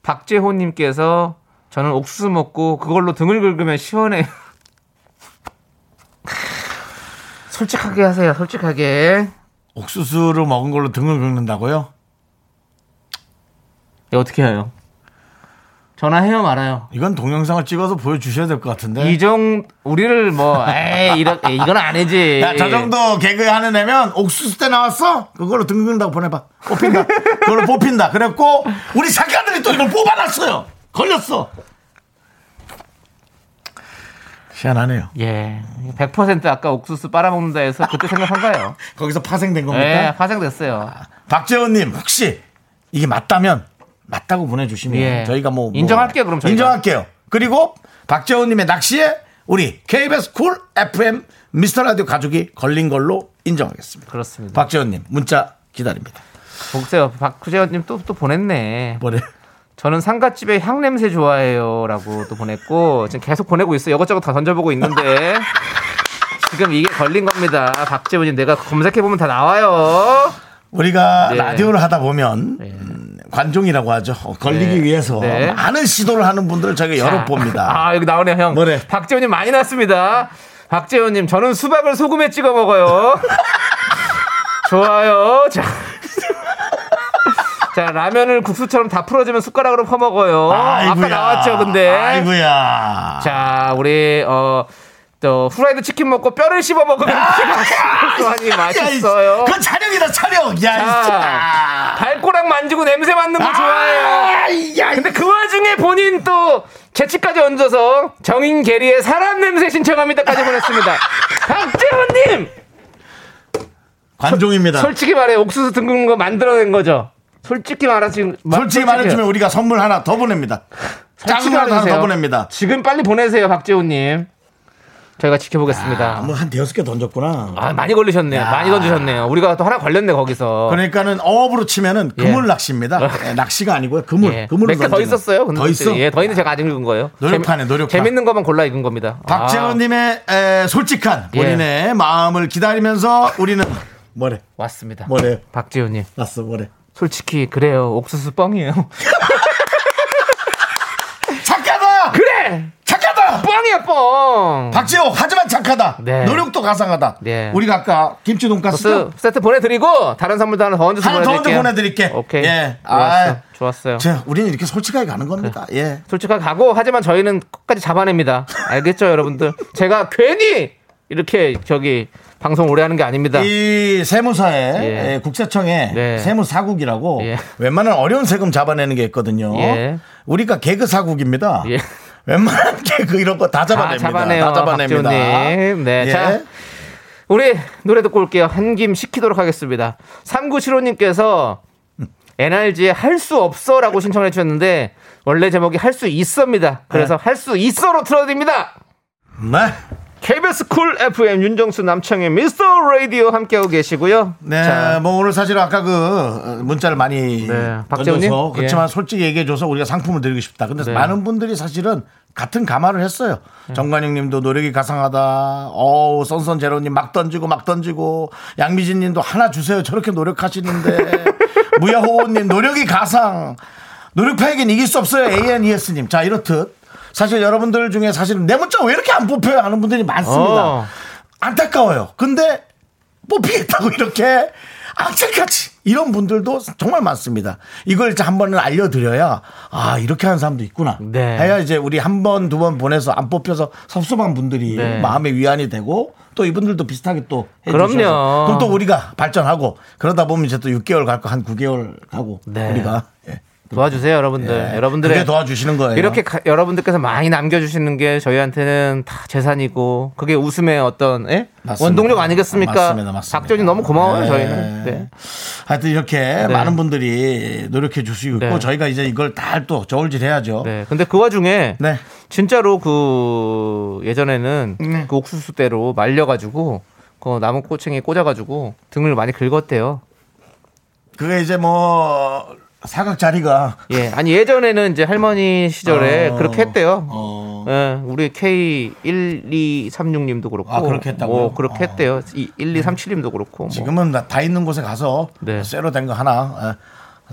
박재호님께서 저는 옥수수 먹고 그걸로 등을 긁으면 시원해. 솔직하게 하세요. 솔직하게. 옥수수를 먹은 걸로 등을 긁는다고요? 네, 어떻게 해요? 전화해요 말아요. 이건 동영상을 찍어서 보여주셔야 될 것 같은데. 이정 우리를 뭐 에이 이런 에이, 이건 아니지. 야, 저 정도 개그 하는 애면 옥수수 때 나왔어? 그걸로 등 긁는다고 보내봐. 뽑힌다. 그걸로 뽑힌다. 그랬고, 우리 작가들이 또 이걸 뽑아놨어요. 걸렸어. 희한하네요. 예. 100% 아까 옥수수 빨아먹는다 해서 그때 생각한 거예요. 거기서 파생된 예, 겁니까? 아, 파생됐어요. 박재원님, 혹시 이게 맞다면 맞다고 보내주시면 예. 저희가 뭐. 뭐- 인정할게요, 그럼 저희가. 인정할게요. 그리고 박재원님의 낚시에 우리 KBS 쿨 FM 미스터 라디오 가족이 걸린 걸로 인정하겠습니다. 그렇습니다. 박재원님, 문자 기다립니다. 보세요. 박구재원님 또, 또 보냈네. 뭐래? 저는 상갓집의 향냄새 좋아해요. 라고 또 보냈고, 지금 계속 보내고 있어요. 이것저것 다 던져보고 있는데. 지금 이게 걸린 겁니다. 박재훈님, 내가 검색해보면 다 나와요. 우리가 네. 라디오를 하다 보면 음, 관종이라고 하죠. 어, 걸리기 네. 위해서 네. 많은 시도를 하는 분들을 저희가 여러 봅니다. 아, 여기 나오네요, 형. 뭐래? 박재훈님 많이 났습니다. 박재훈님, 저는 수박을 소금에 찍어 먹어요. 좋아요. 자. 자, 라면을 국수처럼 다 풀어주면 숟가락으로 퍼먹어요. 아까 아이고야. 나왔죠, 근데. 아이고야. 자, 우리, 어, 또 후라이드 치킨 먹고 뼈를 씹어 먹으면 고소하니 맛있어요. 아, 그 촬영이다 촬영. 야, 이 아, 진짜. 발꼬락 만지고 냄새 맡는 거 아, 좋아해요. 아, 야, 근데 그 와중에 본인 또 재치까지 얹어서 정인 게리의 사람 냄새 신청합니다까지 보냈습니다. 박재훈님 관종입니다. 솔직히 말해 옥수수 등 긁는 거 만들어낸 거죠. 솔직히 말하지 솔직히 말해주면 우리가 선물 하나 더 보냅니다. 작은 거 하나 더 보냅니다. 지금 빨리 보내세요, 박재훈님. 저희가 지켜보겠습니다. 뭐 한 대여섯 개 던졌구나. 아, 많이 걸리셨네요. 많이 던지셨네요. 우리가 또 하나 걸렸네 거기서. 그러니까는 어업으로 치면은 그물 낚시입니다. 예, 낚시가 아니고요. 그물. 예. 그물로 몇개 더 던지는. 있었어요. 근데 더 있어. 예, 더 있는 제가 아직 읽은 거예요. 노력파네, 재미- 노력파. 재밌는 것만 골라 읽은 겁니다. 아, 박재훈님의 에, 솔직한 예. 본인의 마음을 기다리면서 우리는 뭐래 왔습니다. 뭐래요? 박재훈님. 났어 뭐래. 솔직히 그래요. 옥수수 뻥이에요. 착하다. 그래. 착하다. 뻥이야 뻥. 박지호 하지만 착하다. 네. 노력도 가상하다. 네. 우리가 아까 김치 돈가스 세트, 세트 보내드리고 다른 선물도 하나 더 얹어서 하나 더 보내드릴게요. 얹어 보내드릴게. 오케이. 예. 좋았어. 아. 좋았어요. 자, 우리는 이렇게 솔직하게 가는 겁니다. 그. 예. 솔직하게 가고 하지만 저희는 끝까지 잡아냅니다. 알겠죠, 여러분들? 제가 괜히 이렇게 저기 방송 오래 하는 게 아닙니다. 이 세무사에 예. 예, 국세청에 네. 세무사국이라고 예. 웬만한 어려운 세금 잡아내는 게 있거든요. 예. 우리가 개그 사국입니다. 예. 웬만한 개그 이런 거 다 다 잡아냅니다. 잡아내요. 다 잡아냅니다. 박지훈님. 네. 예. 자, 우리 노래 듣고 올게요. 한 김 시키도록 하겠습니다. 3975님께서 NRG의 할 수 없어 라고 신청해 주셨는데 원래 제목이 할 수 있습니다. 그래서 할 수 있어로 틀어드립니다. 네. KBS 쿨 FM 윤정수 남창의 미스터 라디오 함께하고 계시고요. 네, 자, 뭐 오늘 사실 아까 그 어, 문자를 많이 네, 박재훈님? 던져서 예. 그렇지만 솔직히 얘기해줘서 우리가 상품을 드리고 싶다. 근데 네. 음. 많은 분들이 사실은 같은 가마를 했어요. 정관영님도 노력이 가상하다. 어우 선선제로님 막 던지고 막 던지고 양미진님도 하나 주세요. 저렇게 노력하시는데 무야호호님 노력이 가상. 노력파에겐 이길 수 없어요. E ANES님. 자 이렇듯 사실 여러분들 중에 사실은 내 문자 왜 이렇게 안 뽑혀요 하는 분들이 많습니다. 어. 안타까워요. 근데 뽑히겠다고 이렇게 악착같이 이런 분들도 정말 많습니다. 이걸 이제 한 번은 알려드려야 아 이렇게 하는 사람도 있구나. 네. 해야 이제 우리 한 번 두 번 보내서 안 뽑혀서 섭섭한 분들이 네. 마음의 위안이 되고 또 이분들도 비슷하게 또 그럼요. 해주셔서 그럼 또 우리가 발전하고 그러다 보면 이제 또 6개월 갈 거 한 9개월 가고 네. 우리가 예. 도와주세요, 여러분들. 여러분들의 네. 그게 도와주시는 거예요. 이렇게 가- 여러분들께서 많이 남겨주시는 게 저희한테는 다 재산이고 그게 웃음의 어떤 예? 맞습니다. 원동력 아니겠습니까? 맞습니다, 맞습니다. 박정희 너무 고마워요 네. 저희는. 네. 하여튼 이렇게 많은 분들이 노력해 주시고 네. 있고 저희가 이제 이걸 다 또 저울질 해야죠. 네. 근데 그 와중에 네. 진짜로 그 예전에는 네. 그 옥수수대로 말려가지고 그 나무 꼬챙이 꽂아가지고 등을 많이 긁었대요. 그게 이제 뭐 사각 자리가 예. 아니 예전에는 이제 할머니 시절에 어, 그렇게 했대요. 어. 예, 우리 K1236님도 그렇고. 아, 그렇게 했다고요? 네. 뭐 그렇게 했대요. 이 1237님도 그렇고. 뭐. 지금은 다- 다 있는 곳에 가서 네. 쇠로 된 거 하나 어,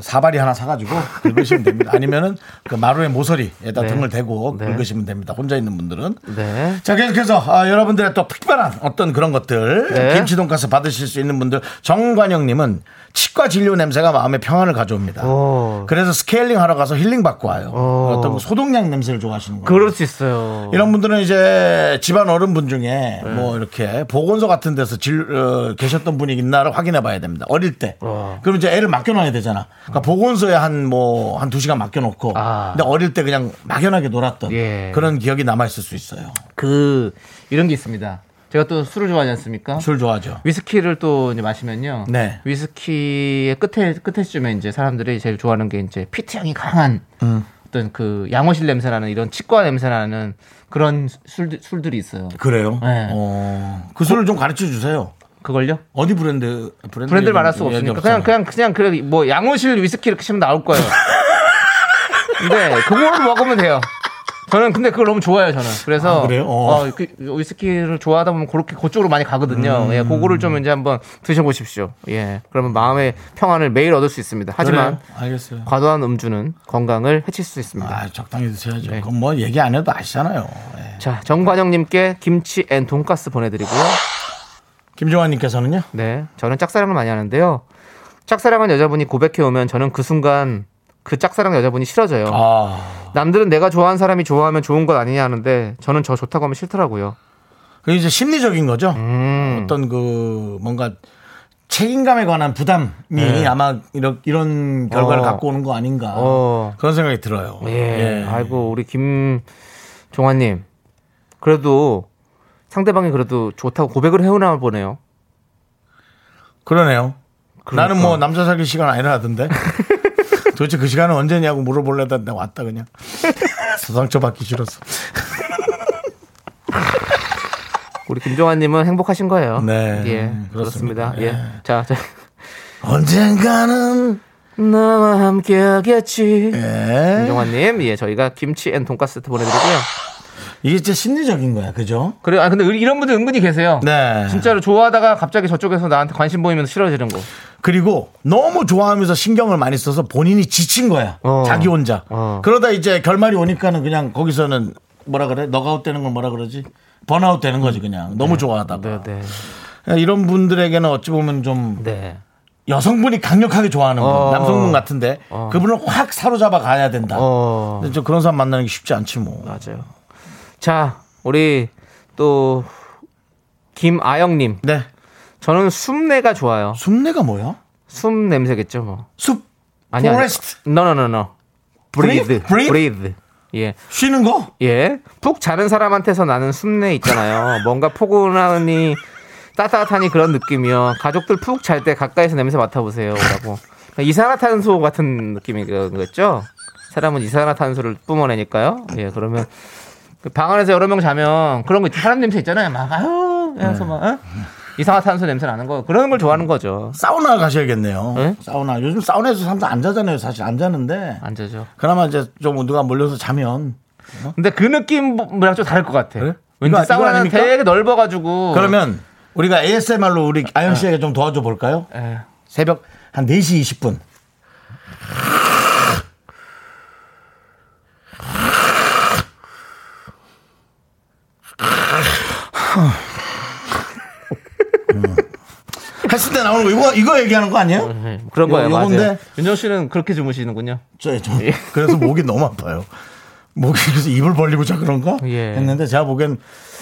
사발이 하나 사가지고 긁으시면 됩니다. 아니면은 그 마루의 모서리에다 네. 등을 대고 네. 긁으시면 됩니다. 혼자 있는 분들은. 네. 자 계속해서 아, 여러분들의 또 특별한 어떤 그런 것들 네. 김치 돈가스 받으실 수 있는 분들 정관영님은 치과 진료 냄새가 마음의 평안을 가져옵니다. 오. 그래서 스케일링 하러 가서 힐링 받고 와요. 오. 어떤 뭐 소독약 냄새를 좋아하시는 거예요. 그럴 수 있어요. 이런 분들은 이제 집안 어른분 네. 중에 뭐 이렇게 보건소 같은 데서 진, 어, 계셨던 분이 있나를 확인해 봐야 됩니다. 어릴 때. 어. 그럼 이제 애를 맡겨놔야 되잖아. 그러니까 보건소에 한 뭐 한 두 시간 맡겨놓고. 아. 근데 어릴 때 그냥 막연하게 놀았던 예. 그런 기억이 남아있을 수 있어요. 그 이런 게 있습니다. 제가 또 술을 좋아하지 않습니까? 술 좋아하죠. 위스키를 또 이제 마시면요. 네. 위스키의 끝에 끝에쯤에 이제 사람들이 제일 좋아하는 게 이제 피트 향이 강한 음. 어떤 그 양호실 냄새 나는 이런 치과 냄새 나는 그런 술 술들이 있어요. 그래요? 네. 어, 그 술을 좀 가르쳐 주세요. 그걸요? 어디 브랜드 브랜드 브랜드를 얘기- 말할 수가 얘기 없으니까 없잖아요. 그냥 그냥 그냥 그래 뭐 양호실 위스키 이렇게 치면 나올 거예요. 근데 그걸 먹으면 돼요. 저는 근데 그걸 너무 좋아해요 저는. 그래서 아, 그래요? 어. 어, 그 위스키를 좋아하다 보면 그렇게 그쪽으로 많이 가거든요. 음. 예, 그거를 좀 이제 한번 드셔보십시오. 예, 그러면 마음의 평안을 매일 얻을 수 있습니다. 하지만 그래요? 알겠어요. 과도한 음주는 건강을 해칠 수 있습니다. 아, 적당히 드셔야죠. 그건 뭐 얘기 안 해도 아시잖아요. 예. 자, 정관영님께 김치 앤 돈가스 보내드리고요. 김종환님께서는요? 네, 저는 짝사랑을 많이 하는데요. 짝사랑한 여자분이 고백해 오면 저는 그 순간 그 짝사랑 여자분이 싫어져요. 아. 남들은 내가 좋아하는 사람이 좋아하면 좋은 것 아니냐 하는데 저는 저 좋다고 하면 싫더라고요. 그게 이제 심리적인 거죠. 어떤 그 뭔가 책임감에 관한 부담이 아마 이런, 이런 결과를 어. 갖고 오는 거 아닌가 어. 그런 생각이 들어요. 예. 예. 아이고 우리 김종환님 그래도 상대방이 그래도 좋다고 고백을 해오나 보네요. 그러네요. 그러니까. 나는 뭐 남자 사귈 시간 아니라던데. 도대체 그 시간은 언제냐고 물어보려다 내가 왔다 그냥. 상처 받기 싫어서. 우리 김종환님은 행복하신 거예요. 네, 예. 그렇습니다. 그렇습니다. 예. 자, 자. 언젠가는 나와 함께 하겠지. 예. 김종환님, 예, 저희가 김치 앤 돈가스 세트 보내드리고요. 이게 진짜 심리적인 거야, 그죠? 그래, 아, 근데 의- 이런 분들 은근히 계세요. 네. 진짜로 좋아하다가 갑자기 저쪽에서 나한테 관심 보이면서 싫어지는 거. 그리고 너무 좋아하면서 신경을 많이 써서 본인이 지친 거야. 어. 자기 혼자. 어. 그러다 이제 결말이 오니까는 그냥 거기서는 뭐라 그래? 너가웃 되는 걸 뭐라 그러지? 번아웃 되는 거지 그냥 너무 좋아하다가 그러니까 네, 네. 이런 분들에게는 어찌 보면 좀 네. 여성분이 강력하게 좋아하는 분, 어. 남성분 같은데 그분을 확 사로잡아 가야 된다. 어. 근데 저 그런 사람 만나는 게 쉽지 않지 뭐. 맞아요. 자, 우리 또 김아영님. 네. 저는 숲내가 좋아요. 숲내가 뭐야? 숨 냄새겠죠, 뭐. 숲 아니, 아니. Forest. 노노노노. 브리드. Breathe? Breathe? 브리드. 예. 쉬는 거? 예. 푹 자는 사람한테서 나는 숲내 있잖아요. 뭔가 포근하니 따뜻하니 그런 느낌이요. 가족들 푹 잘 때 가까이서 냄새 맡아보세요. 라고. 그러니까 이산화탄소 같은 느낌인 거겠죠? 사람은 이산화탄소를 뿜어내니까요. 예, 그러면 그방 안에서 여러 명 자면 그런 거 있죠. 사람 냄새 있잖아요. 막, 아유, 네. 해서 막, 어? 이산화탄소 냄새 나는 거. 그런 걸 좋아하는 거죠. 사우나 가셔야겠네요. 네? 사우나. 요즘 사우나에서 사람들 안 자잖아요. 사실 안 자는데. 안 자죠. 그나마 이제 좀 누가 몰려서 자면 근데 그 느낌이랑 좀 다를 것 같아. 그래? 왠지 네? 이거- 이거 사우나는 아닙니까? 되게 넓어가지고. 그러면 우리가 ASMR로 우리 아영 씨에게 좀 도와줘 볼까요? 예. 새벽 한 4시 20분. 음. 했을 때 나오는 거 이거 이거 얘기하는 거 아니에요? 어, 네. 그런 요- 거예요. 맞아요. 예. 요건데? 윤정 씨는 그렇게 주무시는군요. 저, 저 그래서 목이 너무 아파요. 목이 그래서 입을 벌리고 자 그런가 예. 했는데 제가 보기엔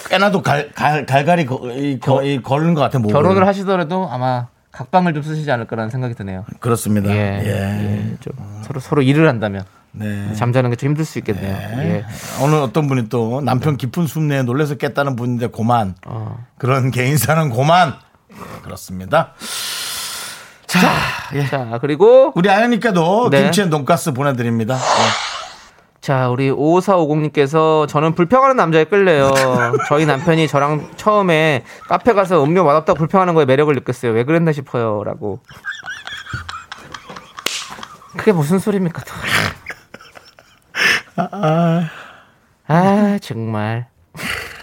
꽤나도 갈, 갈, 갈갈이 거, 이, 거, 이, 걸린 것 같아 목 결혼을 하시더라도 아마 각방을 좀 쓰시지 않을 거라는 생각이 드네요. 그렇습니다. 예. 예. 예, 좀 서로 서로 일을 한다면 네. 잠자는 게 좀 힘들 수 있겠네요. 예. 오늘 어떤 분이 또 남편 깊은 숨내에 놀래서 깼다는 분인데 고만 어. 그런 개인사는 고만 예, 그렇습니다. 자, 예. 자 그리고 우리 아연님께도 네. 김치엔 돈가스 보내드립니다. 예. 자 우리 5450님께서 저는 불평하는 남자에 끌려요. 저희 남편이 저랑 처음에 카페 가서 음료 맛없다 고 불평하는 거에 매력을 느꼈어요. 왜 그랬나 싶어요라고. 그게 무슨 소리입니까? 또. 아 정말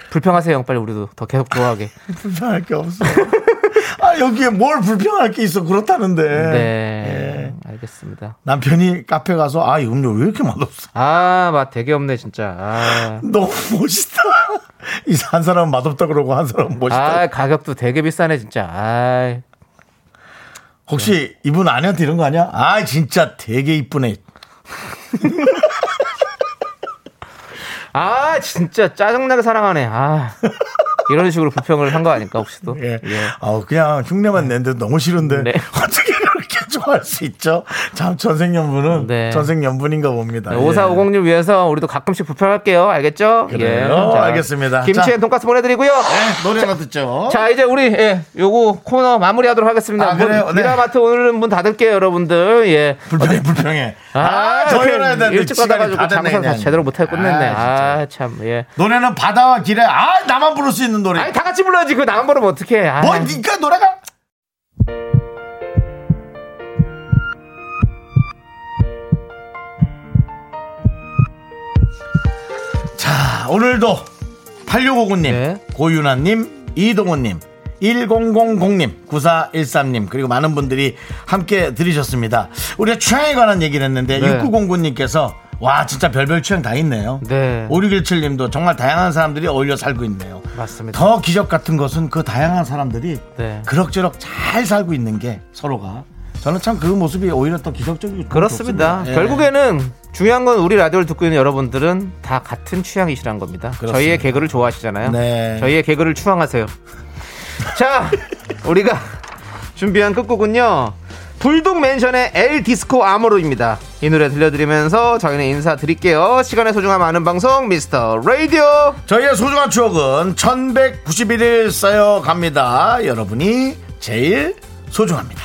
불평하세요 빨리 우리도 더 계속 좋아하게. 불편할 게 없어. 아 여기에 뭘 불평할 게 있어 그렇다는데. 예. 네. 알겠습니다. 남편이 카페 가서 아 이 음료 왜 이렇게 맛없어? 아, 맛 되게 없네, 진짜. 아. 너무 멋있다. 이 한 사람은 맛없다 그러고 한 사람은 멋있다. 아, 가격도 되게 비싸네, 진짜. 아. 혹시 이분 아내한테 이런 거 아니야? 아 진짜 되게 이쁘네. 아, 진짜 짜증나게 사랑하네. 아. 이런 식으로 불평을 한 거 아닐까, 혹시 또? 예. 어, 그냥 흉내만 낸데 너무 싫은데 네. 어떻게 그렇게 좋아할 수 있죠? 참 전생연분은 네. 전생연분인가 봅니다. 예. 5450님 위해서 우리도 가끔씩 불평할게요. 알겠죠? 예. 그래요. 알겠습니다. 김치에 자. 돈가스 보내드리고요. 네, 노래 하나 듣죠. 자, 이제 우리, 예, 요거 코너 마무리하도록 하겠습니다. 아, 그래요? 문, 네. 미라마트 오늘은 문 닫을게요, 여러분들. 예. 불평해 불평해. 아, 저 이렇게 열어야 되는데 일찍 시간이 받아가지고 다 됐네, 장사 다 그냥. 제대로 못하고 아, 끝냈네. 진짜. 아, 참, 예. 노래는 바다와 길에 아 나만 부를 수 있는 노래. 아니, 다 같이 불러야지. 그 나만 부르면 어떡해. 아. 뭐 니가 노래가? 자 오늘도 8659님, 네. 고윤아님, 이동호님, 1000님, 9413님 그리고 많은 분들이 함께 들으셨습니다. 우리가 취향에 관한 얘기를 했는데 네. 6909님께서 와 진짜 별별 취향 다 있네요. 네. 5617님도 정말 다양한 사람들이 어울려 살고 있네요. 맞습니다. 더 기적 같은 것은 그 다양한 사람들이 네. 그럭저럭 잘 살고 있는 게 서로가 저는 참 그 모습이 오히려 더 기적적이고 더 그렇습니다. 좋습니다. 예. 결국에는 중요한 건 우리 라디오를 듣고 있는 여러분들은 다 같은 취향이시란 겁니다. 저희의 개그를 좋아하시잖아요. 네. 저희의 개그를 추앙하세요. 자, 우리가 준비한 끝곡은요. 불독 맨션의 엘 디스코 아모로입니다. 이 노래 들려드리면서 저희는 인사드릴게요. 시간의 소중함 아는 방송 미스터 라디오. 저희의 소중한 추억은 1191일 쌓여갑니다. 여러분이 제일 소중합니다.